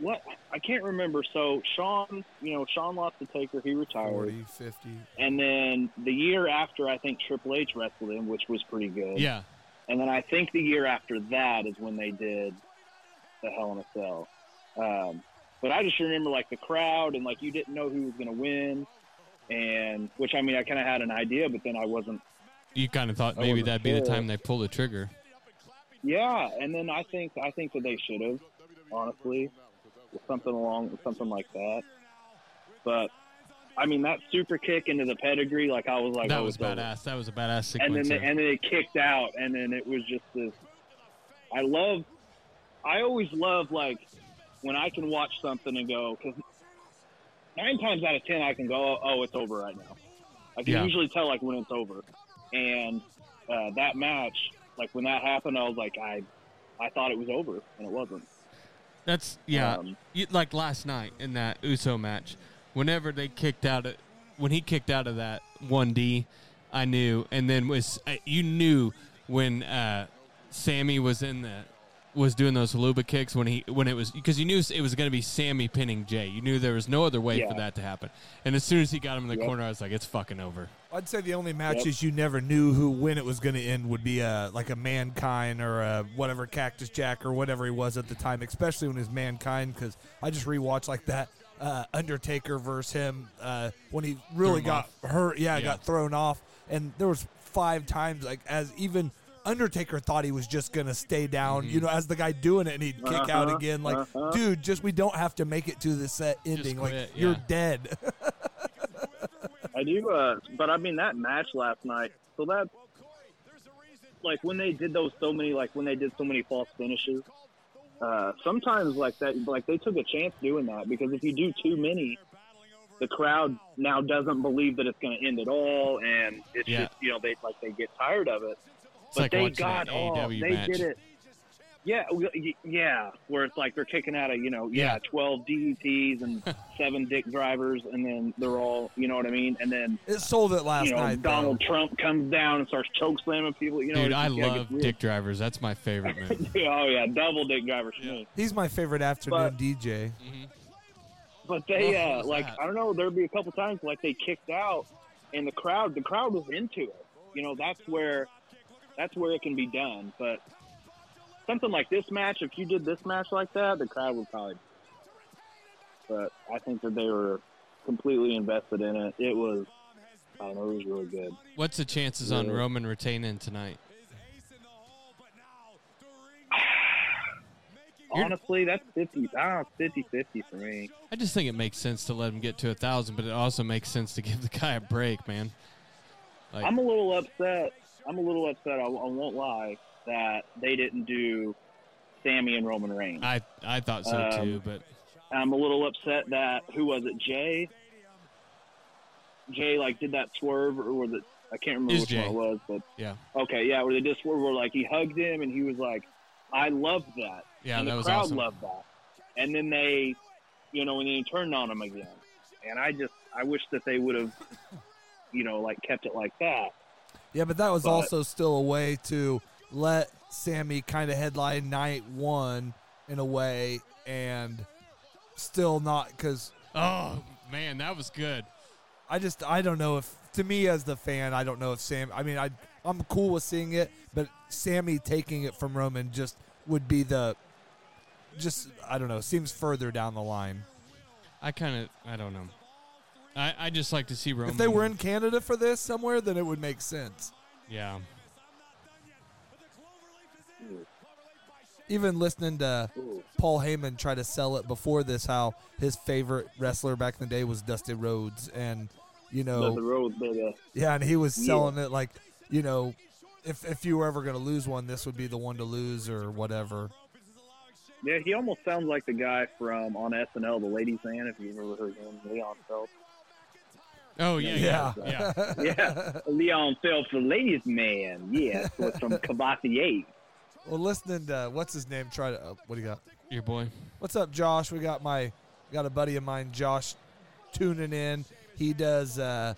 C: what I can't remember. So Sean, you know, Sean lost the Taker, he retired,
E: 50.
C: and then the year after, I think Triple H wrestled him, which was pretty good.
D: Yeah,
C: and then I think the year after that is when they did the Hell in a Cell. Um, but I just remember like the crowd and like you didn't know who was going to win, and which I mean I kind of had an idea, but then I wasn't
D: you kind of thought
C: I
D: maybe
C: wasn't
D: that'd be the
C: sure.
D: time they pull the trigger.
C: Yeah, and then I think I think that they should have, honestly, something along something like that. But I mean, that super kick into the pedigree, like I was like,
D: that
C: oh,
D: was
C: it's over.
D: badass. That was a badass
C: And
D: sequence.
C: then
D: there.
C: and then it kicked out, and then it was just this. I love. I always love like when I can watch something and go because nine times out of ten I can go, oh, it's over right now. I can
D: Yeah.
C: usually tell like when it's over, and uh, that match, like when that happened, I was like, I, I thought it was over, and it wasn't.
D: That's yeah.
C: Um,
D: you, like last night in that Uso match, whenever they kicked out of, when he kicked out of that one D, I knew, and then was I, you knew when uh, Sammy was in the was doing those haluba kicks when he when it was because you knew it was going to be Sammy pinning Jay. You knew there was no other way
C: Yeah.
D: for that to happen. And as soon as he got him in the
C: Yep.
D: corner, I was like, it's fucking over.
E: I'd say the only matches you never knew who when it was going to end would be a like a mankind or a whatever Cactus Jack or whatever he was at the time, especially when it was mankind. Because I just rewatched like that uh, Undertaker versus him uh, when he really
D: Threw him
E: got hurt. Yeah,
D: Yeah.
E: got thrown off, and there was five times like as even Undertaker thought he was just gonna stay down, you know, as the guy doing it, and he'd kick out
C: Uh-huh,
E: again. Like,
C: uh-huh.
E: dude, just we don't have to make it to the set ending. Like,
D: quit,
E: you're
D: yeah.
E: dead. <laughs>
C: I do, uh, but I mean that match last night. So that, like, when they did those so many, like when they did so many false finishes, uh, sometimes like that, like they took a chance doing that because if you do too many, the crowd now doesn't believe that it's going to end at all, and it's
D: Yeah.
C: just you know they like they get tired of it.
D: It's
C: but
D: like
C: they
D: watching
C: got
D: an
C: all
D: AEW
C: they
D: match.
C: did it. Yeah, we- y- yeah, where it's like they're kicking out of you know yeah,
D: Yeah.
C: twelve DETs
D: <laughs>
C: and seven dick drivers, and then they're all you know what I mean, and then
E: it sold it last
C: you know,
E: night. though.
C: Donald Trump comes down and starts choke slamming people. You know,
D: Dude,
C: it
D: I
C: just, yeah,
D: love
C: gets weird.
D: dick drivers. That's my favorite
C: <laughs>
D: movie.
C: Yeah, oh yeah, double dick driver Schmidt.
E: He's my favorite afternoon
C: But-
E: DJ.
C: But they,
D: Oh,
C: uh,
D: who's
C: like,
D: that?
C: I don't know, there'd be a couple times like they kicked out, and the crowd, the crowd was into it. You know, that's where, that's where it can be done. But something like this match, if you did this match like that, the crowd would probably. But I think that they were completely invested in it. It was, I don't know, it was really good.
D: What's the chances on Roman retaining tonight? You're-
C: Honestly, that's 50, I don't know, 50 50 for me.
D: I just think it makes sense to let him get to a thousand, but it also makes sense to give the guy a break, man. Like,
C: I'm a little upset. I'm a little upset. I, I won't lie that they didn't do Sammy and Roman Reigns.
D: I I thought so
C: Um,
D: too, but
C: I'm a little upset that who was it? Jay. Jay like did that swerve or was it? I can't remember
D: Is
C: which
D: Jay.
C: one it was, but
D: yeah,
C: okay, yeah, where they did swerve where like he hugged him and he was like, "I love that."
D: yeah,
C: and
D: that
C: the
D: was
C: crowd
D: awesome.
C: loved that. And then they, you know, and then he turned on him again. And I just, I wish that they would have, you know, like kept it like that.
E: Yeah, but that was
C: But-
E: also still a way to let Sammy kind of headline night one in a way, and still not because
D: Oh man, that was good.
E: I just I don't know if to me as the fan I don't know if Sam I mean I I'm cool with seeing it, but Sammy taking it from Roman just would be the just I don't know seems further down the line.
D: I kind of I don't know. I I just like to see Roman.
E: If they were in Canada for this somewhere, then it would make sense.
D: yeah,
E: even listening to Paul Heyman try to sell it before this, how his favorite wrestler back in the day was Dusty Rhodes, and you
C: But the
E: know,
C: road, but, uh,
E: yeah, and he was selling it like, you know, if if you were ever gonna lose one, this would be the one to lose or whatever.
C: yeah, he almost sounds like the guy from on SNL, the ladies' man. If you remember him, Leon Phelps.
D: Oh yeah, yeah, yeah.
C: Yeah, Leon Phelps, the ladies' man. Yeah, was from Cavatier.
E: Well, listening to what's his name try to oh, what do you got?
D: Your boy.
E: What's up, Josh? We got my got a buddy of mine, Josh, tuning in. He does uh,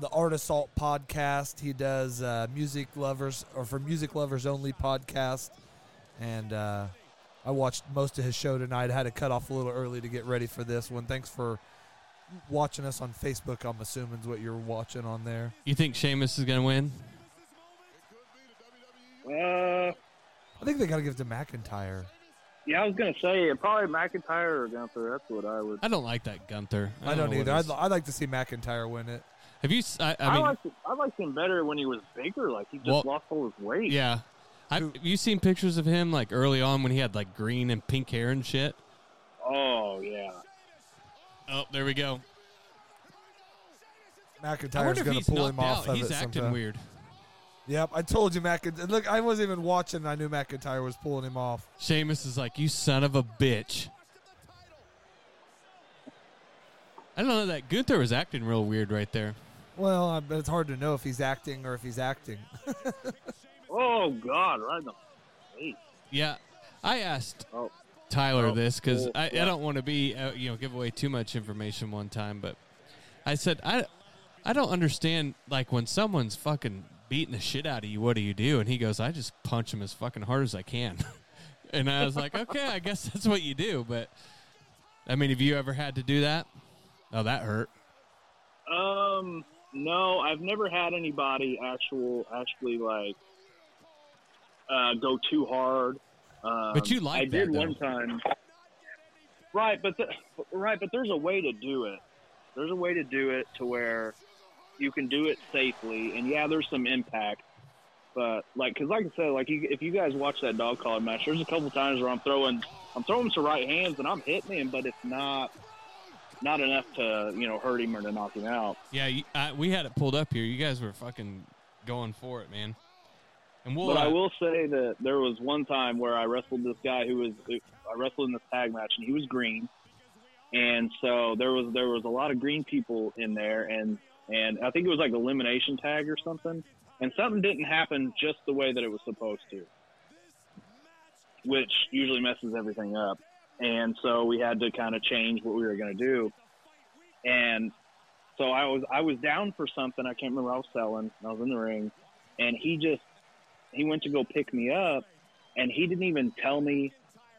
E: the Art Assault podcast. He does uh, music lovers or for music lovers only podcast. And uh, I watched most of his show tonight. I had to cut off a little early to get ready for this one. Thanks for watching us on Facebook. I'm assuming is what you're watching on there.
D: You think Sheamus is gonna win?
C: Uh,
E: I think they got to give it to McIntyre.
C: yeah, I was gonna say probably McIntyre or Gunther. That's what I would.
D: I don't like that Gunther.
E: I don't,
D: know what
E: either. I'd,
D: his-
E: I'd like to see McIntyre win it.
D: Have you? s- I, I
C: I,
D: mean,
C: liked, I liked him better when he was bigger. Like he just
D: Well-
C: lost all his weight.
D: yeah. I, have you seen pictures of him like early on when he had like green and pink hair and shit?
C: Oh yeah.
D: Oh, there we go. I
E: McIntyre's
D: wonder if
E: going
D: he's
E: to pull him
D: knocked out.
E: off of
D: He's
E: it
D: acting
E: sometime.
D: weird.
E: Yep, I told you McIntyre. Look, I wasn't even watching. and I knew McIntyre was pulling him off.
D: Sheamus is like, you son of a bitch. I don't know that Gunther was acting real weird right there.
E: Well, I- but it's hard to know if he's acting or if he's acting. <laughs>
C: Oh God, right in the face.
D: Yeah, I asked
C: Oh.
D: Tyler
C: Oh,
D: this because
C: cool.
D: I, I
C: Yeah.
D: don't want to be uh, you know give away too much information one time, but I said I I don't understand like when someone's fucking beating the shit out of you, what do you do? And he goes, I just punch him as fucking hard as I can. <laughs> and I was like, okay, I guess <laughs> that's what you do. But I mean, have you ever had to do that? Oh, that hurt.
C: Um, no, I've never had anybody actual actually like uh, go too hard. Um,
D: But you like
C: I
D: that,
C: did
D: though.
C: one time. Right, but the, right, but there's a way to do it. There's a way to do it to where you can do it safely, and yeah, there's some impact. But like, cause like I said, like you, if you guys watch that dog collar match, there's a couple times where I'm throwing, I'm throwing some right hands and I'm hitting him, but it's not, not enough to you know hurt him or to knock him out.
D: Yeah, you, I, we had it pulled up here. You guys were fucking going for it, man. And we'll.
C: but I
D: uh,
C: will say that there was one time where I wrestled this guy who was I wrestled in this tag match and he was green, and so there was there was a lot of green people in there and and I think it was like elimination tag or something, and something didn't happen just the way that it was supposed to, which usually messes everything up, and so we had to kind of change what we were going to do, and so I was I was down for something I can't remember I was selling I was in the ring, and he just he went to go pick me up and he didn't even tell me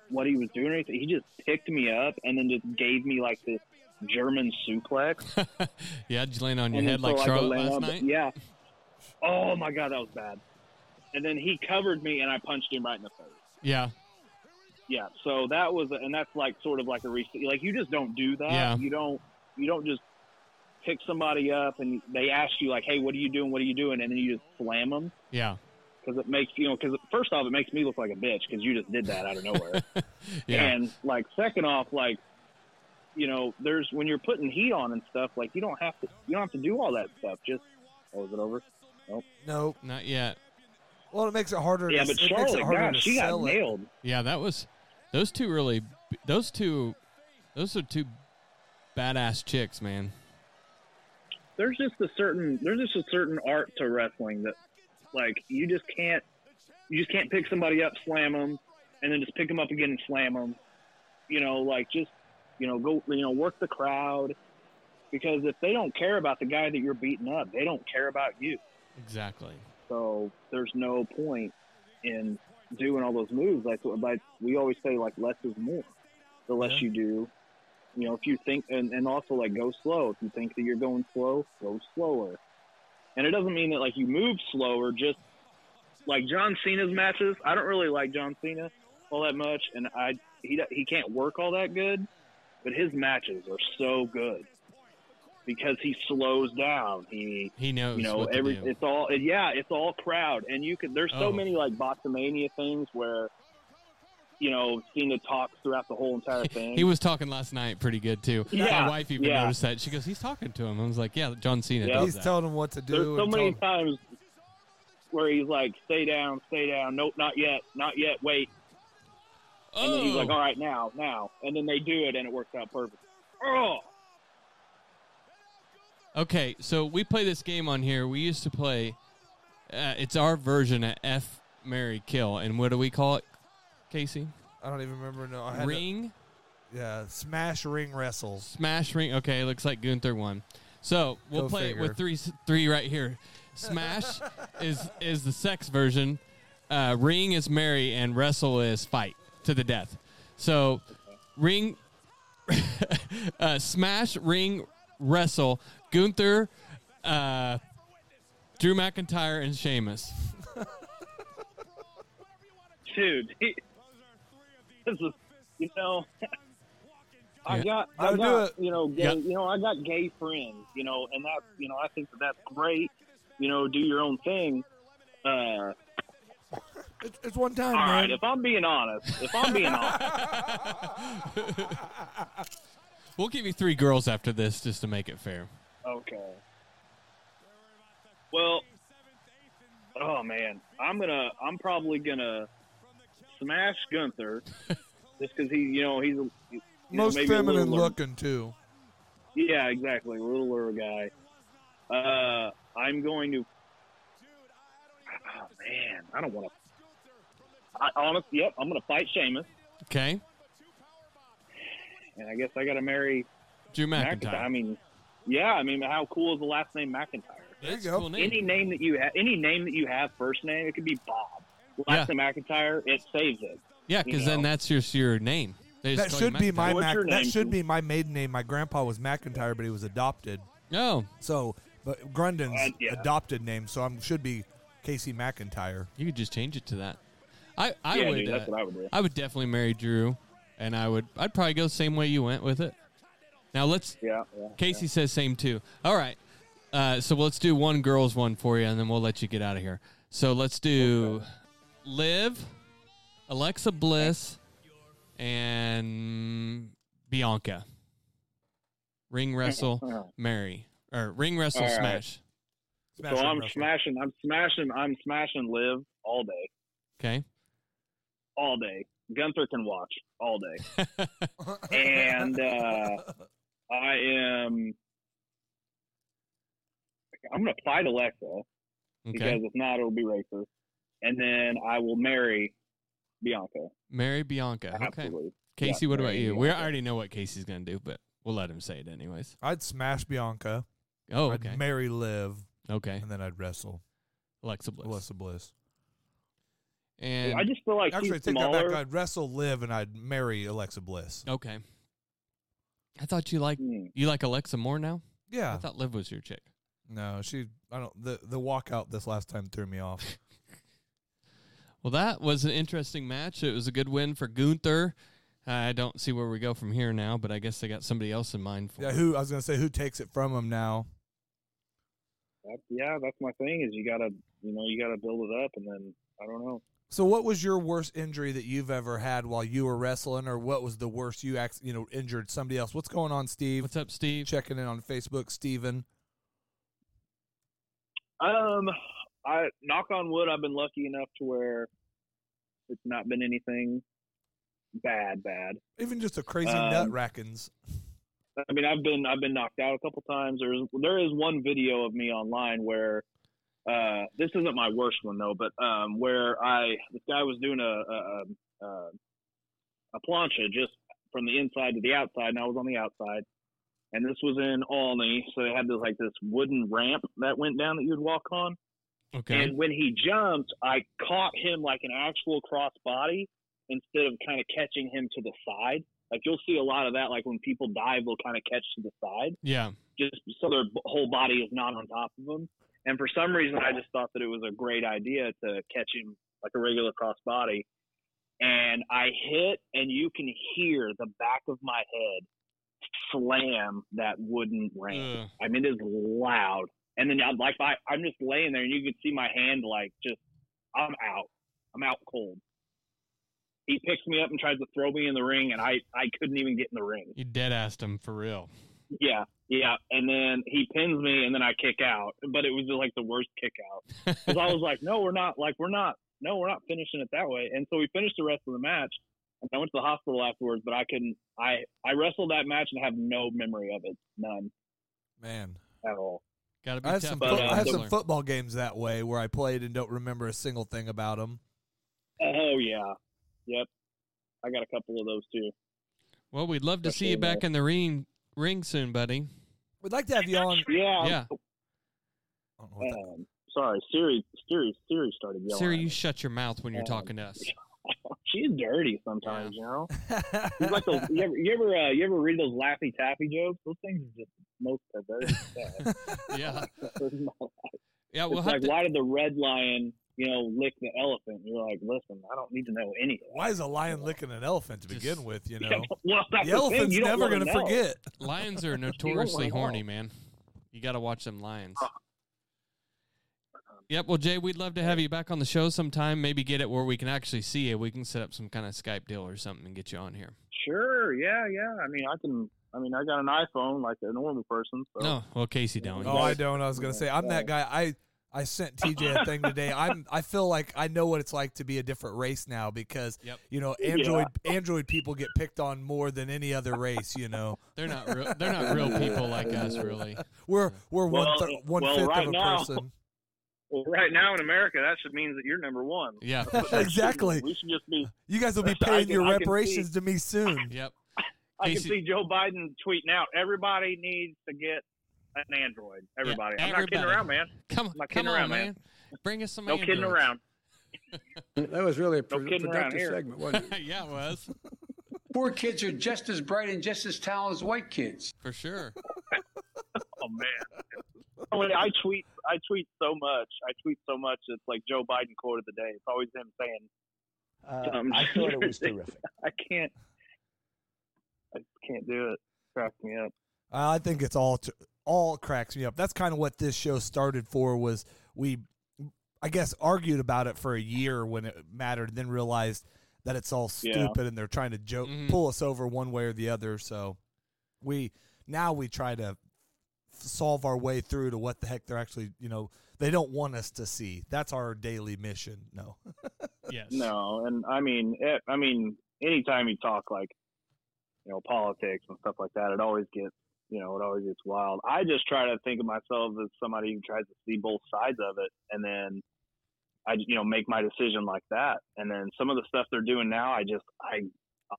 C: what he was doing or anything. He just picked me up and then just gave me like this German suplex.
D: <laughs> <laughs> yeah, did you land on your
C: and
D: head
C: then
D: like
C: so I could
D: Charlotte
C: land
D: last
C: on-
D: night?
C: Yeah. Oh my god, that was bad. And then he covered me and I punched him right in the face.
D: Yeah,
C: Yeah. So that was and that's like sort of like a reset. Like you just don't do that.
D: Yeah.
C: You don't you don't just pick somebody up and they ask you like, "Hey, what are you doing? What are you doing?" and then you just slam them.
D: yeah,
C: because it makes you know because first off it makes me look like a bitch because you just did that out of
E: <laughs>
C: nowhere
D: yeah,
C: and like second off like you know there's when you're putting heat on and stuff like you don't have to you don't have to do all that stuff just oh is it over
E: No.
D: Not yet.
E: Well, it makes it harder.
C: yeah
E: to,
C: but
E: it makes it
C: Charlotte
E: harder
C: gosh
E: to
C: she got
E: sell it.
C: nailed
D: Yeah, that was. Those two really. Those two. Those are two badass chicks, man.
C: there's just a certain there's just a certain art to wrestling that like you just can't you just can't pick somebody up slam them and then just pick them up again and slam them you know like just you know go you know work the crowd because if they don't care about the guy that you're beating up they don't care about you
D: Exactly.
C: so there's no point in doing all those moves like, like we always say like less is more the less
D: Yeah.
C: you do you know if you think and, and also like go slow if you think that you're going slow go slower and it doesn't mean that like you move slower just like john cena's matches i don't really like john cena all that much and i he, do- he can't work all that good but his matches are so good because he slows down he
D: He knows.
C: you know
D: what to
C: every
D: do.
C: it's all it, yeah it's all crowd and you could there's so
D: Oh.
C: many like botomania things where you know Cena talks throughout the whole entire thing
D: <laughs> He was talking last night pretty good too.
C: Yeah,
D: My wife even
C: yeah.
D: noticed that. She goes, "He's talking to him." I was like, "Yeah, John Cena
C: Yeah.
D: does
E: He's
D: that."
E: telling him what to do.
C: there's so
E: and
C: many
E: telling-
C: times where he's like stay down stay down nope not yet not yet wait and then he's
D: Oh!
C: like all right now now and then they do it and it works out perfect oh
D: Okay, so we play this game on here. We used to play. Uh, it's our version of F Mary Kill, and what do we call it, Casey?
E: I don't even remember. No, I had to-
D: Ring
E: yeah, smash ring wrestles.
D: smash ring. Okay, looks like Gunther won. So we'll
E: Go
D: play
E: figure.
D: it with three three right here.
E: <laughs>
D: Smash is is the sex version. Uh, ring is marry, and wrestle is fight to the death. So ring <laughs> uh, smash ring wrestle Gunther, uh, Drew McIntyre, and Sheamus. <laughs>
C: dude this is you know I
D: Yeah.
C: got, I
E: Gotta do
C: got,
E: it.
C: you know, gay,
D: Yeah.
C: you know, I got gay friends, you know, and that, you know, I think that that's great. You know, do your own thing. Uh,
E: It's, it's one time,
C: all
E: man.
C: right, if I'm being honest, if I'm being
E: <laughs>
C: honest,
D: We'll give you three girls after this just to make it fair.
C: okay. Well, oh man, I'm gonna, I'm probably gonna smash Gunther just because he, you know, he's a, you know,
E: Most
C: maybe a little
E: feminine
C: learned.
E: looking too.
C: Yeah, exactly. A littler guy. Uh, I'm going to. Oh, man, I don't want to. I honest, yep, I'm going to fight Sheamus,
D: Okay,
C: and I guess I got to marry
D: Drew
C: McIntyre.
D: McIntyre.
C: I mean, yeah, I mean, how cool is the last name McIntyre?
E: There you
D: That's a
E: go.
D: cool name.
C: Any name that you have, any name that you have, first name, it could be Bob. Last name McIntyre, it saves it.
D: Yeah,
C: you
D: because then
C: know.
D: that's your your name. They
E: That
D: just call you
E: should be
D: McIntyre.
E: my
C: What's
E: Mac,
C: your
E: that
C: name?
E: should be my maiden name. My grandpa was McIntyre, but he was adopted.
D: No,
E: So, but Grundon's
C: Uh, yeah.
E: adopted name, so I should be Casey McIntyre.
D: you could just change it to that. I I
C: yeah,
D: would.
C: dude, that's
D: uh,
C: what I would do.
D: I would definitely marry Drew, and I would. I'd probably go the same way you went with it. Now let's.
C: Yeah, yeah.
D: Casey says same too. All right. Uh, so let's do one girls, one for you, and then we'll let you get out of here. So let's do Liv, Alexa Bliss, and Bianca. Ring
C: <laughs>
D: wrestle, Mary. Or ring wrestle,
C: All right.
D: smash.
E: Smash
C: so
E: and
C: I'm
E: wrestle.
C: smashing. I'm smashing. I'm smashing. Live all day,
D: Okay.
C: all day. Gunther can watch all day, and uh, I am. I'm gonna apply to Alexa because
D: Okay.
C: if not, it'll be racist. And then I will marry Bianca.
D: Mary Bianca. Okay.
C: Absolutely.
D: Casey, what about
C: Mary
D: you? We
C: Bianca.
D: already know what Casey's gonna do, but we'll let him say it anyways.
E: <laughs> I'd smash Bianca.
D: Oh, okay.
E: I'd marry Liv,
D: Okay.
E: and then I'd wrestle
D: Alexa Bliss.
E: Alyssa Bliss.
D: And
C: I just feel like
E: Actually, I
C: he's
E: take
C: smaller.
E: that back. I'd wrestle Liv, and I'd marry Alexa Bliss.
D: Okay. I thought you like
C: Hmm.
D: you like Alexa more now? I
E: Yeah.
D: thought Liv was your chick.
E: No, she. I don't. The the walkout this last time threw me off.
D: <laughs> Well, that was an interesting match. It was a good win for Gunther. I don't see where we go from here now, but I guess they got somebody else in mind for.
E: Yeah,
D: it.
E: who I was gonna say who takes it from him now?
C: That- yeah, that's my thing. Is you gotta, you know, you gotta build it up, and then I don't know.
E: So, what was your worst injury that you've ever had while you were wrestling, or what was the worst you ac- you know injured somebody else? What's going on, Steve?
D: What's up, Steve?
E: Checking in on Facebook, Steven.
C: Um, I knock on wood. I've been lucky enough to where it's not been anything bad, bad.
E: Even just a crazy
C: Um,
E: nut rackings.
C: I mean, I've been I've been knocked out a couple times. There's there is one video of me online where uh, this isn't my worst one though, but um, where I this guy was doing a a, a a plancha just from the inside to the outside, and I was on the outside. And this was in Alney, so they had this like this wooden ramp that went down that you'd walk on.
D: Okay.
C: And when he jumped, I caught him like an actual cross body instead of kind of catching him to the side. Like you'll see a lot of that, like when people dive, they'll kind of catch to the side,
D: yeah.
C: just so their b- whole body is not on top of them. And for some reason, I just thought that it was a great idea to catch him like a regular cross body. And I hit, and you can hear the back of my head slam that wooden ramp.
D: Ugh.
C: I mean, it is loud. And then I'm like, I, I'm just laying there, and you can see my hand like just, I'm out. I'm out cold. He picks me up and tries to throw me in the ring, and I, I couldn't even get in the ring.
D: You dead assed him for real.
C: Yeah, yeah. And then he pins me, and then I kick out. But it was just like the worst kick out because I was like, no, we're not. Like, we're not. No, we're not finishing it that way. And so we finished the rest of the match. And I went to the hospital afterwards, but I couldn't. I I wrestled that match and have no memory of it, none
E: Man,
C: at all.
D: Gotta be
E: I had
D: tough.
E: some
C: But,
E: fo-
C: uh,
E: I had
C: the-
E: some football games that way where I played and don't remember a single thing about them.
C: Oh yeah, yep. I got a couple of those too.
D: well, we'd love to see you back in the ring ring soon, buddy.
E: We'd like to have you on.
C: Yeah.
D: Yeah.
E: I don't know what that-
C: Um, sorry, Siri. Siri. Siri started yelling.
D: Siri,
C: at
D: you
C: me.
D: shut your mouth when you're
C: Um,
D: talking to us.
C: She's dirty sometimes, you know.
E: <laughs>
C: She's like those, you ever you ever, uh, you ever read those laffy taffy jokes? Those things are just the most
D: <laughs>
C: perverse. stuff.
D: <laughs> Yeah.
C: it's
D: Yeah. We'll have
C: like
D: to,
C: why did the red lion, you know, lick the elephant? You're like, listen, I don't need to know any of
E: Why is a lion licking an elephant to
D: Just-
E: begin with?
C: <laughs>
E: You
C: that.
E: know,
C: well, that's
E: the
C: thing,
E: elephant's
C: you don't
E: never
C: wanna
E: gonna
C: know.
E: forget.
D: <laughs>
C: <laughs>
D: lions are notoriously horny, man. You got to watch them lions.
C: Uh-huh.
D: Yep. Well, Jay, we'd love to have you back on the show sometime. Maybe get it where we can actually see you. We can set up some kind of Skype deal or something and get you on here.
C: Sure. Yeah. Yeah. I mean, I can. I mean, I got an iPhone like a normal person. So.
D: No, well, Casey don't.
E: Oh, I don't. I was gonna say I'm that guy. I
C: <laughs>
E: I sent TJ a thing today. I'm I feel like I know what it's like to be a different race now because
D: Yep.
E: you know Android Android people get picked on more than any other race. You know,
D: They're not. Real, they're not real people like
C: <laughs>
D: us, really.
E: we're we're
C: Well,
E: one thir-
C: well,
E: one fifth
C: right
E: of a
C: now- <laughs>
E: person. <laughs>
C: Well, right now in America, that should mean that you're number one.
D: Yeah.
E: exactly.
C: We should just be.
E: You guys will be
C: I
E: paying
C: can-
E: your
C: I can
E: reparations to me soon.
D: Yep.
C: I can
D: Casey-
C: see Joe Biden tweeting out. Everybody needs to get an Android. Everybody. I'm not kidding
D: everybody.
C: around, man.
D: Come,
C: not kidding
D: come on,
C: around,
D: man.
C: man.
D: Bring us some.
C: No kidding
D: androids.
C: around.
F: That was really a pro-
C: kidding around
F: productive
C: here.
F: segment, wasn't it?
D: <laughs> yeah, it was
A: Poor kids are just as bright and just as talented as white kids.
D: for sure.
C: <laughs> Oh man. Oh, wait, I tweet. I tweet so much. I tweet so much. It's like Joe Biden quote of the day. It's always him saying, Um, I thought it was terrific. <laughs> "I can't. I can't do it." Cracked me up.
E: Uh, I think it's all t all cracks me up. That's kind of what this show started for. Was we? I guess, argued about it for a year when it mattered, then realized that it's all
C: Yeah.
E: stupid and they're trying to joke,
D: Mhm.
E: pull us over one way or the other. So we now we try to f- solve our way through to what the heck they're actually, you know, they don't want us to see. That's our daily mission. No.
D: Yes.
C: No, and I mean, it, I mean, anytime you talk like, you know, politics and stuff like that, it always gets, you know, it always gets wild. I just try to think of myself as somebody who tries to see both sides of it, and then I, you know, make my decision like that. And then some of the stuff they're doing now, I just, I,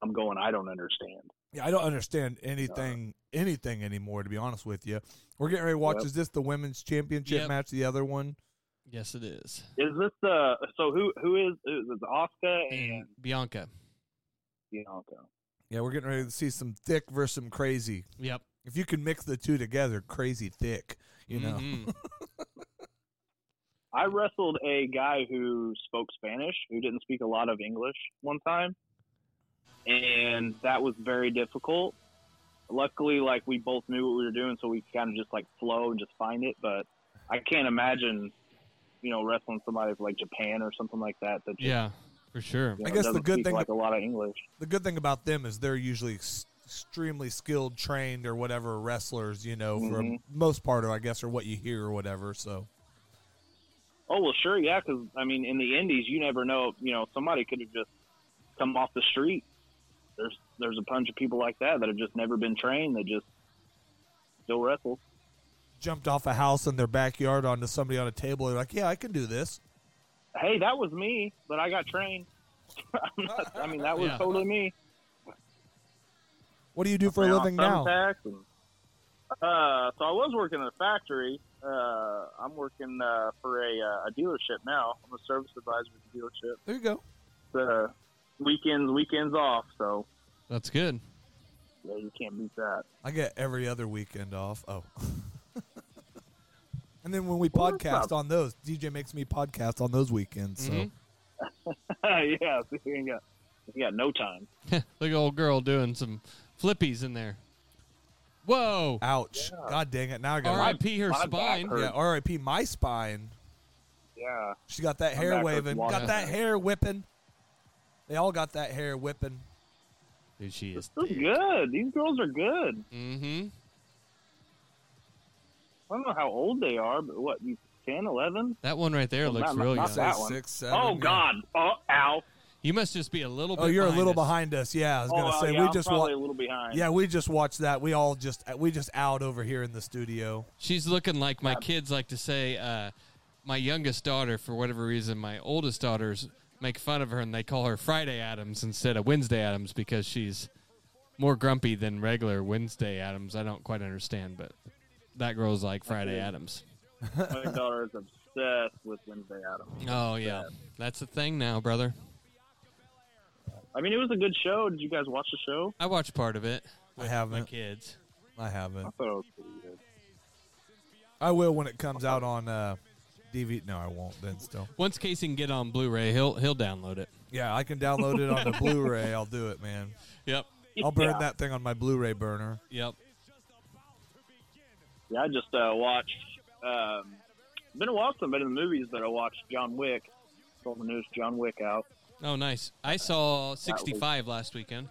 C: I'm going, I don't understand.
E: Yeah, I don't understand anything anything anymore to be honest with you. We're getting ready to watch
C: Yep.
E: is this the women's championship
D: Yep.
E: match, the other one?
D: Yes, it is.
C: Is this the so who who is is it Oscar and
D: And Bianca.
C: Bianca?
E: Yeah, we're getting ready to see some thick versus some crazy.
D: Yep.
E: If you can mix the two together, crazy thick, you know.
D: <laughs> Mhm.
C: I wrestled a guy who spoke Spanish, who didn't speak a lot of English one time. And that was very difficult. Luckily, like we both knew what we were doing, so we kind of just like flow and just find it. But I can't imagine, you know, wrestling somebody from like Japan or something like that. That just,
D: <laughs> Yeah, for sure.
C: you
E: I
C: know,
E: guess the
C: doesn't
E: good
C: speak,
E: thing-
C: like a lot of English.
E: The good thing about them is they're usually ex- extremely skilled, trained or whatever wrestlers, you know, for
C: Mhm.
E: most part or I guess or what you hear or whatever. So
C: Oh well, sure, yeah. Because I mean, in the Indies, you never know. You know, somebody could have just come off the street. There's there's a bunch of people like that that have just never been trained. They just still wrestle.
E: jumped off a house in their backyard onto somebody on a table, they're like, Yeah, I can do this.
C: Hey, that was me, but I got trained. <laughs> I'm not, I mean, that was
D: Yeah.
C: totally me.
E: What do you do for a
C: Now,
E: living now?
C: thumbtacks and- uh, so I was working in a factory. Uh, I'm working uh, for a, uh, a dealership now. I'm a service advisor at the dealership.
E: There you go.
C: The weekends weekends off, so
D: That's good. <laughs>
C: yeah, you can't beat that.
E: I get every other weekend off. Oh. <laughs> and then when we
C: Well, that's
E: podcast
C: not-
E: on those, DJ makes me podcast on those weekends. So
D: Mhm.
C: <laughs> yeah, so you ain't got you got no time.
D: Look at old girl doing some flippies in there. Whoa.
E: ouch. God dang it. Now I got
D: R.I.P. her
C: my back
D: spine.
C: hurts.
E: Yeah, RIP my spine.
C: Yeah,
E: She got that
C: My
E: hair
C: back hurts
E: waving.
C: a lot.
E: Got that hair whipping. They all got that hair whipping.
D: Dude, she is.
C: this is good. These girls are good.
D: Mm-hmm.
C: I don't know how old they are, but what, you 10, 11?
D: That one right there
C: Well,
D: looks
C: not-
D: real
C: not
D: young.
C: that-
E: Say
C: one.
E: six, seven,
C: Oh
E: yeah.
C: God! Oh, ow!
D: You must just be a little.
E: Oh,
D: bit
E: you're a
D: behind
E: little
D: us.
E: behind us. Yeah, I was gonna
C: oh,
E: say
C: yeah,
E: we
C: I'm
E: just
C: probably
E: wa-
C: a little behind.
E: yeah we just watched that. We all just we just out over here in the studio.
D: She's looking like my kids like to say. Uh, my youngest daughter, for whatever reason, my oldest daughters make fun of her and they call her Friday Adams instead of Wednesday Adams because she's more grumpy than regular Wednesday Adams. I don't quite understand, but that girl's like Friday Adams.
C: My <laughs> daughter is obsessed with Wednesday Adams.
D: Oh yeah, that's the thing now, brother.
C: I mean, it was a good show. Did you guys watch the show?
D: I watched part of it.
E: I
D: My
E: haven't.
D: kids.
E: I haven't.
C: I thought it was pretty good.
E: I will when it comes out on uh, DVD. No, I won't. Then still.
D: Once Casey can get on Blu-ray, he'll he'll download it.
E: Yeah, I can download it on the Blu-ray. I'll do it, man.
D: Yep.
E: I'll burn
C: yeah.
E: that thing on my Blu-ray burner.
D: Yep.
C: Yeah, I just uh, watched. Um, been a while since I've been in the movies, but I watched John Wick. Saw the newest John Wick out.
D: Oh, nice. I saw 65 last weekend.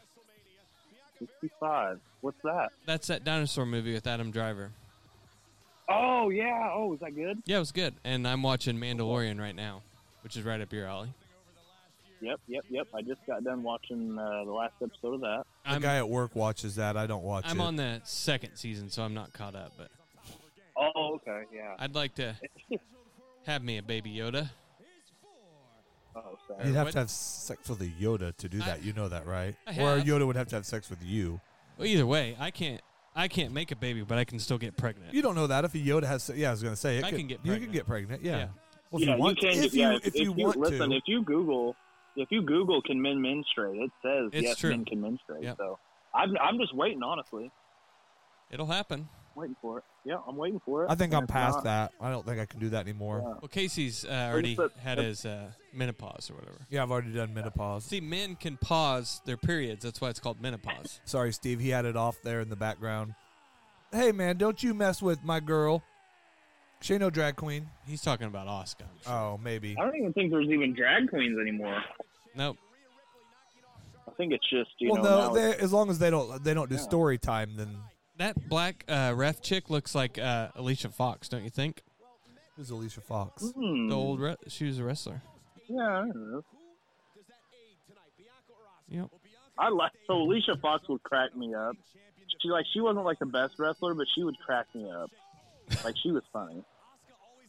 C: 65. What's that?
D: That's that dinosaur movie with Adam Driver.
C: Oh yeah. Oh, is that good?
D: Yeah, it was good. And I'm watching Mandalorian right now, which is right up your alley.
C: Yep, yep, yep. I just got done watching uh, the last episode of that.
E: The
D: I'm,
E: guy at work watches that. I don't watch
D: I'm
E: it.
D: on the second season, so I'm not caught up, but
C: Oh, okay, yeah.
D: I'd like
E: <laughs>
D: to have me a baby Yoda.
C: Oh,
E: You'd
C: sorry.
E: have
D: What?
E: to have sex with a Yoda to do that. you know that, right?
D: I
E: Or a
D: have.
E: Yoda would have to have sex with you.
D: Well, either way, I can't I can't make a baby, but I can still get pregnant.
E: You don't know that if a Yoda has. Yeah, I was gonna say it
D: I
E: could-
D: can get
E: You
D: pregnant.
E: can get pregnant. Yeah.
D: Yeah.
E: Well, if you want,
C: can
E: if
C: get-
E: you,
C: yeah,
E: if, you, want
C: listen,
E: to,
C: if you Google, if you Google can men menstruate, it says
D: It's
C: yes,
D: true.
C: men can menstruate.
D: Yep.
C: So I'm, I'm just waiting, honestly,
D: It'll happen.
C: waiting for it. Yeah, I'm waiting for it.
E: I think
C: And
E: I'm
C: it's
E: past
C: not-
E: that. I don't think I can do that anymore.
C: Yeah.
D: Well, Casey's uh, already
C: said-
D: had his uh, menopause or whatever.
E: Yeah, I've already done menopause.
D: See, men can pause their periods. That's why it's called menopause.
E: Sorry, Steve. He had it off there in the background. Hey, man, don't you mess with my girl. She ain't no drag queen.
D: He's talking about Oscar.
E: Oh, maybe.
C: I don't even think there's even drag queens anymore.
D: Nope.
C: I think it's just you
E: well,
C: know. now
E: no. They, as long as they don't they don't do story time, then
D: That black uh, ref chick looks like uh, Alicia Fox, don't you think?
E: who's Alicia Fox?
C: it's- hmm,
D: The old re- she was a wrestler.
C: yeah, I don't know.
D: Yep.
C: I like so Alicia Fox would crack me up. She like she wasn't like the best wrestler, but she would crack me up. Like she was funny.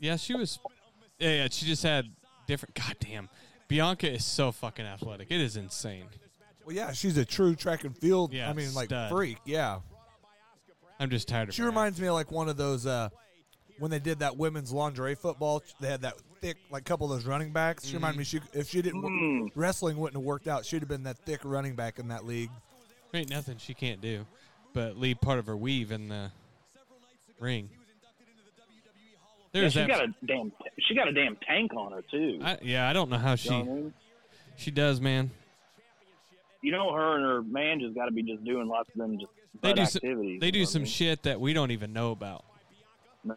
D: Yeah, she was. Yeah, yeah, she just had different. Goddamn, Bianca is so fucking athletic. It is insane.
E: Well, yeah, she's a true track and field.
D: Yeah,
E: I mean, like
D: stud.
E: freak. Yeah,
D: I'm just tired of.
E: she
D: her.
E: reminds me of like one of those uh, when they did that women's lingerie football. They had that thick like couple of those running backs. She reminded me
D: Mm-hmm.
E: she if she didn't
C: Mm.
E: wrestling wouldn't have worked out. She'd have been that thick running back in that league.
D: Ain't nothing she can't do, but leave part of her weave in the ring.
C: Yeah,
D: There's
C: she got
D: that.
C: a damn she got a damn tank on her too.
D: I, yeah, I don't know how
C: you, know
D: she
C: what I mean?
D: she does, man.
C: you know her and her man just got to be just doing lots of them just
D: They
C: butt
D: do some,
C: activities.
D: they
C: you know
D: do
C: what I
D: some
C: mean?
D: shit that we don't even know about,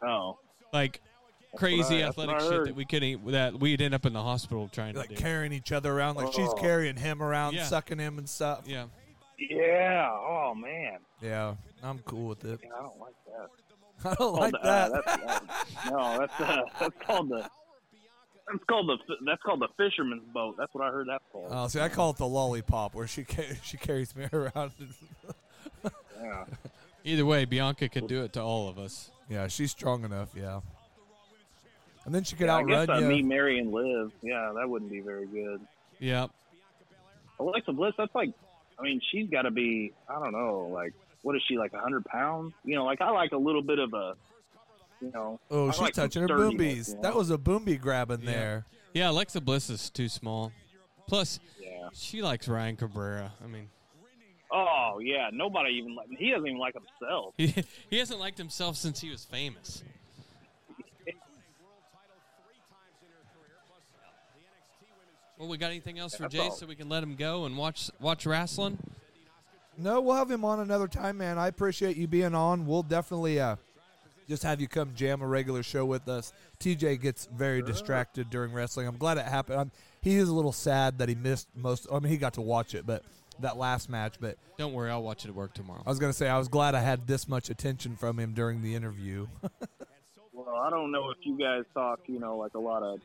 C: No,
D: like crazy
C: I- that's
D: athletic
C: what I
D: shit
C: heard.
D: that we couldn't e, that we'd end up in the hospital trying to
E: Like
D: do.
E: carrying each other around, like she's
C: Oh.
E: carrying him around,
D: Yeah.
E: sucking him and stuff.
D: Yeah,
C: yeah. Oh man,
E: Yeah, I'm cool with it. <laughs>
C: Yeah, I don't like that.
E: I don't like
C: Called the-
E: that.
C: uh, that's, uh, no, that's uh, <laughs> that's called the that's called the that's called the fisherman's boat. That's what I heard that's called.
E: Oh, see, I call it the lollipop, where she ca- <laughs> she carries me around.
C: yeah.
D: either way, Bianca could do it to all of us.
E: yeah, she's strong enough. Yeah, and then she could
C: Yeah, I guess
E: outrun
C: uh,
E: you.
C: me, Mary, and Liv. Yeah, that wouldn't be very good.
D: Yeah,
C: Alexa Bliss, that's like, I mean, she's got to be, I don't know, like, what is she like, hundred pounds? You know, like I like a little bit of a, you know.
E: oh,
C: I
E: she's
C: like some
E: touching her
C: sturdy ones,
E: boobies.
C: you know?
E: That was a boomby grab in
D: Yeah.
E: there.
D: yeah. Alexa Bliss is too small. Plus,
C: Yeah.
D: she likes Ryan Cabrera. I mean, <laughs>
C: Oh yeah, nobody even like he doesn't even like himself.
D: he, he hasn't liked himself since he was famous. Well, we got anything else for
C: That's
D: Jay
C: all.
D: so we can let him go and watch watch wrestling?
E: No, we'll have him on another time, man. I appreciate you being on. We'll definitely uh, just have you come jam a regular show with us. TJ gets very distracted during wrestling. I'm glad it happened. I'm, he is a little sad that he missed most. I mean, he got to watch it, but that last match. But
D: Don't worry, I'll watch it at work tomorrow.
C: Uh,
E: I was gonna say I was glad I had this much attention from him during the interview.
C: Well, I don't know if you guys talk, you know, like a lot of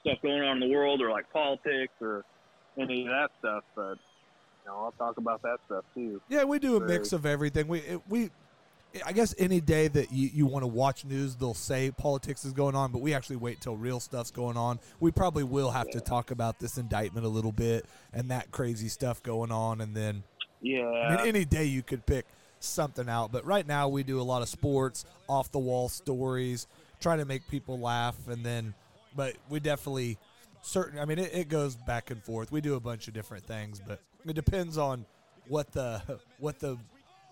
C: stuff going on in the world or like politics or any of that stuff, but you know, I'll talk about that stuff too.
E: Yeah, we do a
C: So-
E: mix of everything. We it, we, I guess any day that you, you want to watch news, they'll say politics is going on, but we actually wait till real stuff's going on. We probably will have to talk about this indictment a little bit and that crazy stuff going on, and then
C: Yeah.
E: I mean, any day you could pick something out. But right now, we do a lot of sports, off the wall stories, trying to make people laugh, and then, but we definitely certain. I mean, it, it goes back and forth. We do a bunch of different things, but it depends on what the <laughs> what the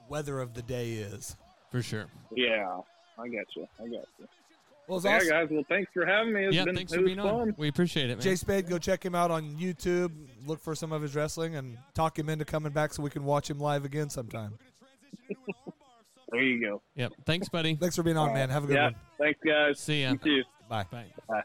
E: weather of the day is.
D: For sure.
C: yeah. I got you. I got you.
E: Well, it's
C: Yeah,
E: awesome.
C: guys. Well, thanks for having me. It's
D: yeah,
C: been,
D: thanks
C: it
D: for
C: was
D: being on.
C: fun.
D: We appreciate it, man.
E: Jay Spade, go check him out on YouTube. Look for some of his wrestling and talk him into coming back so we can watch him live again sometime.
C: There you go.
D: Yep. Thanks, buddy.
E: Uh, Thanks for being on, man. Have a good
C: yeah.
E: one.
C: Thanks, guys.
D: See ya.
C: You too.
E: Bye.
D: Bye.
C: Bye.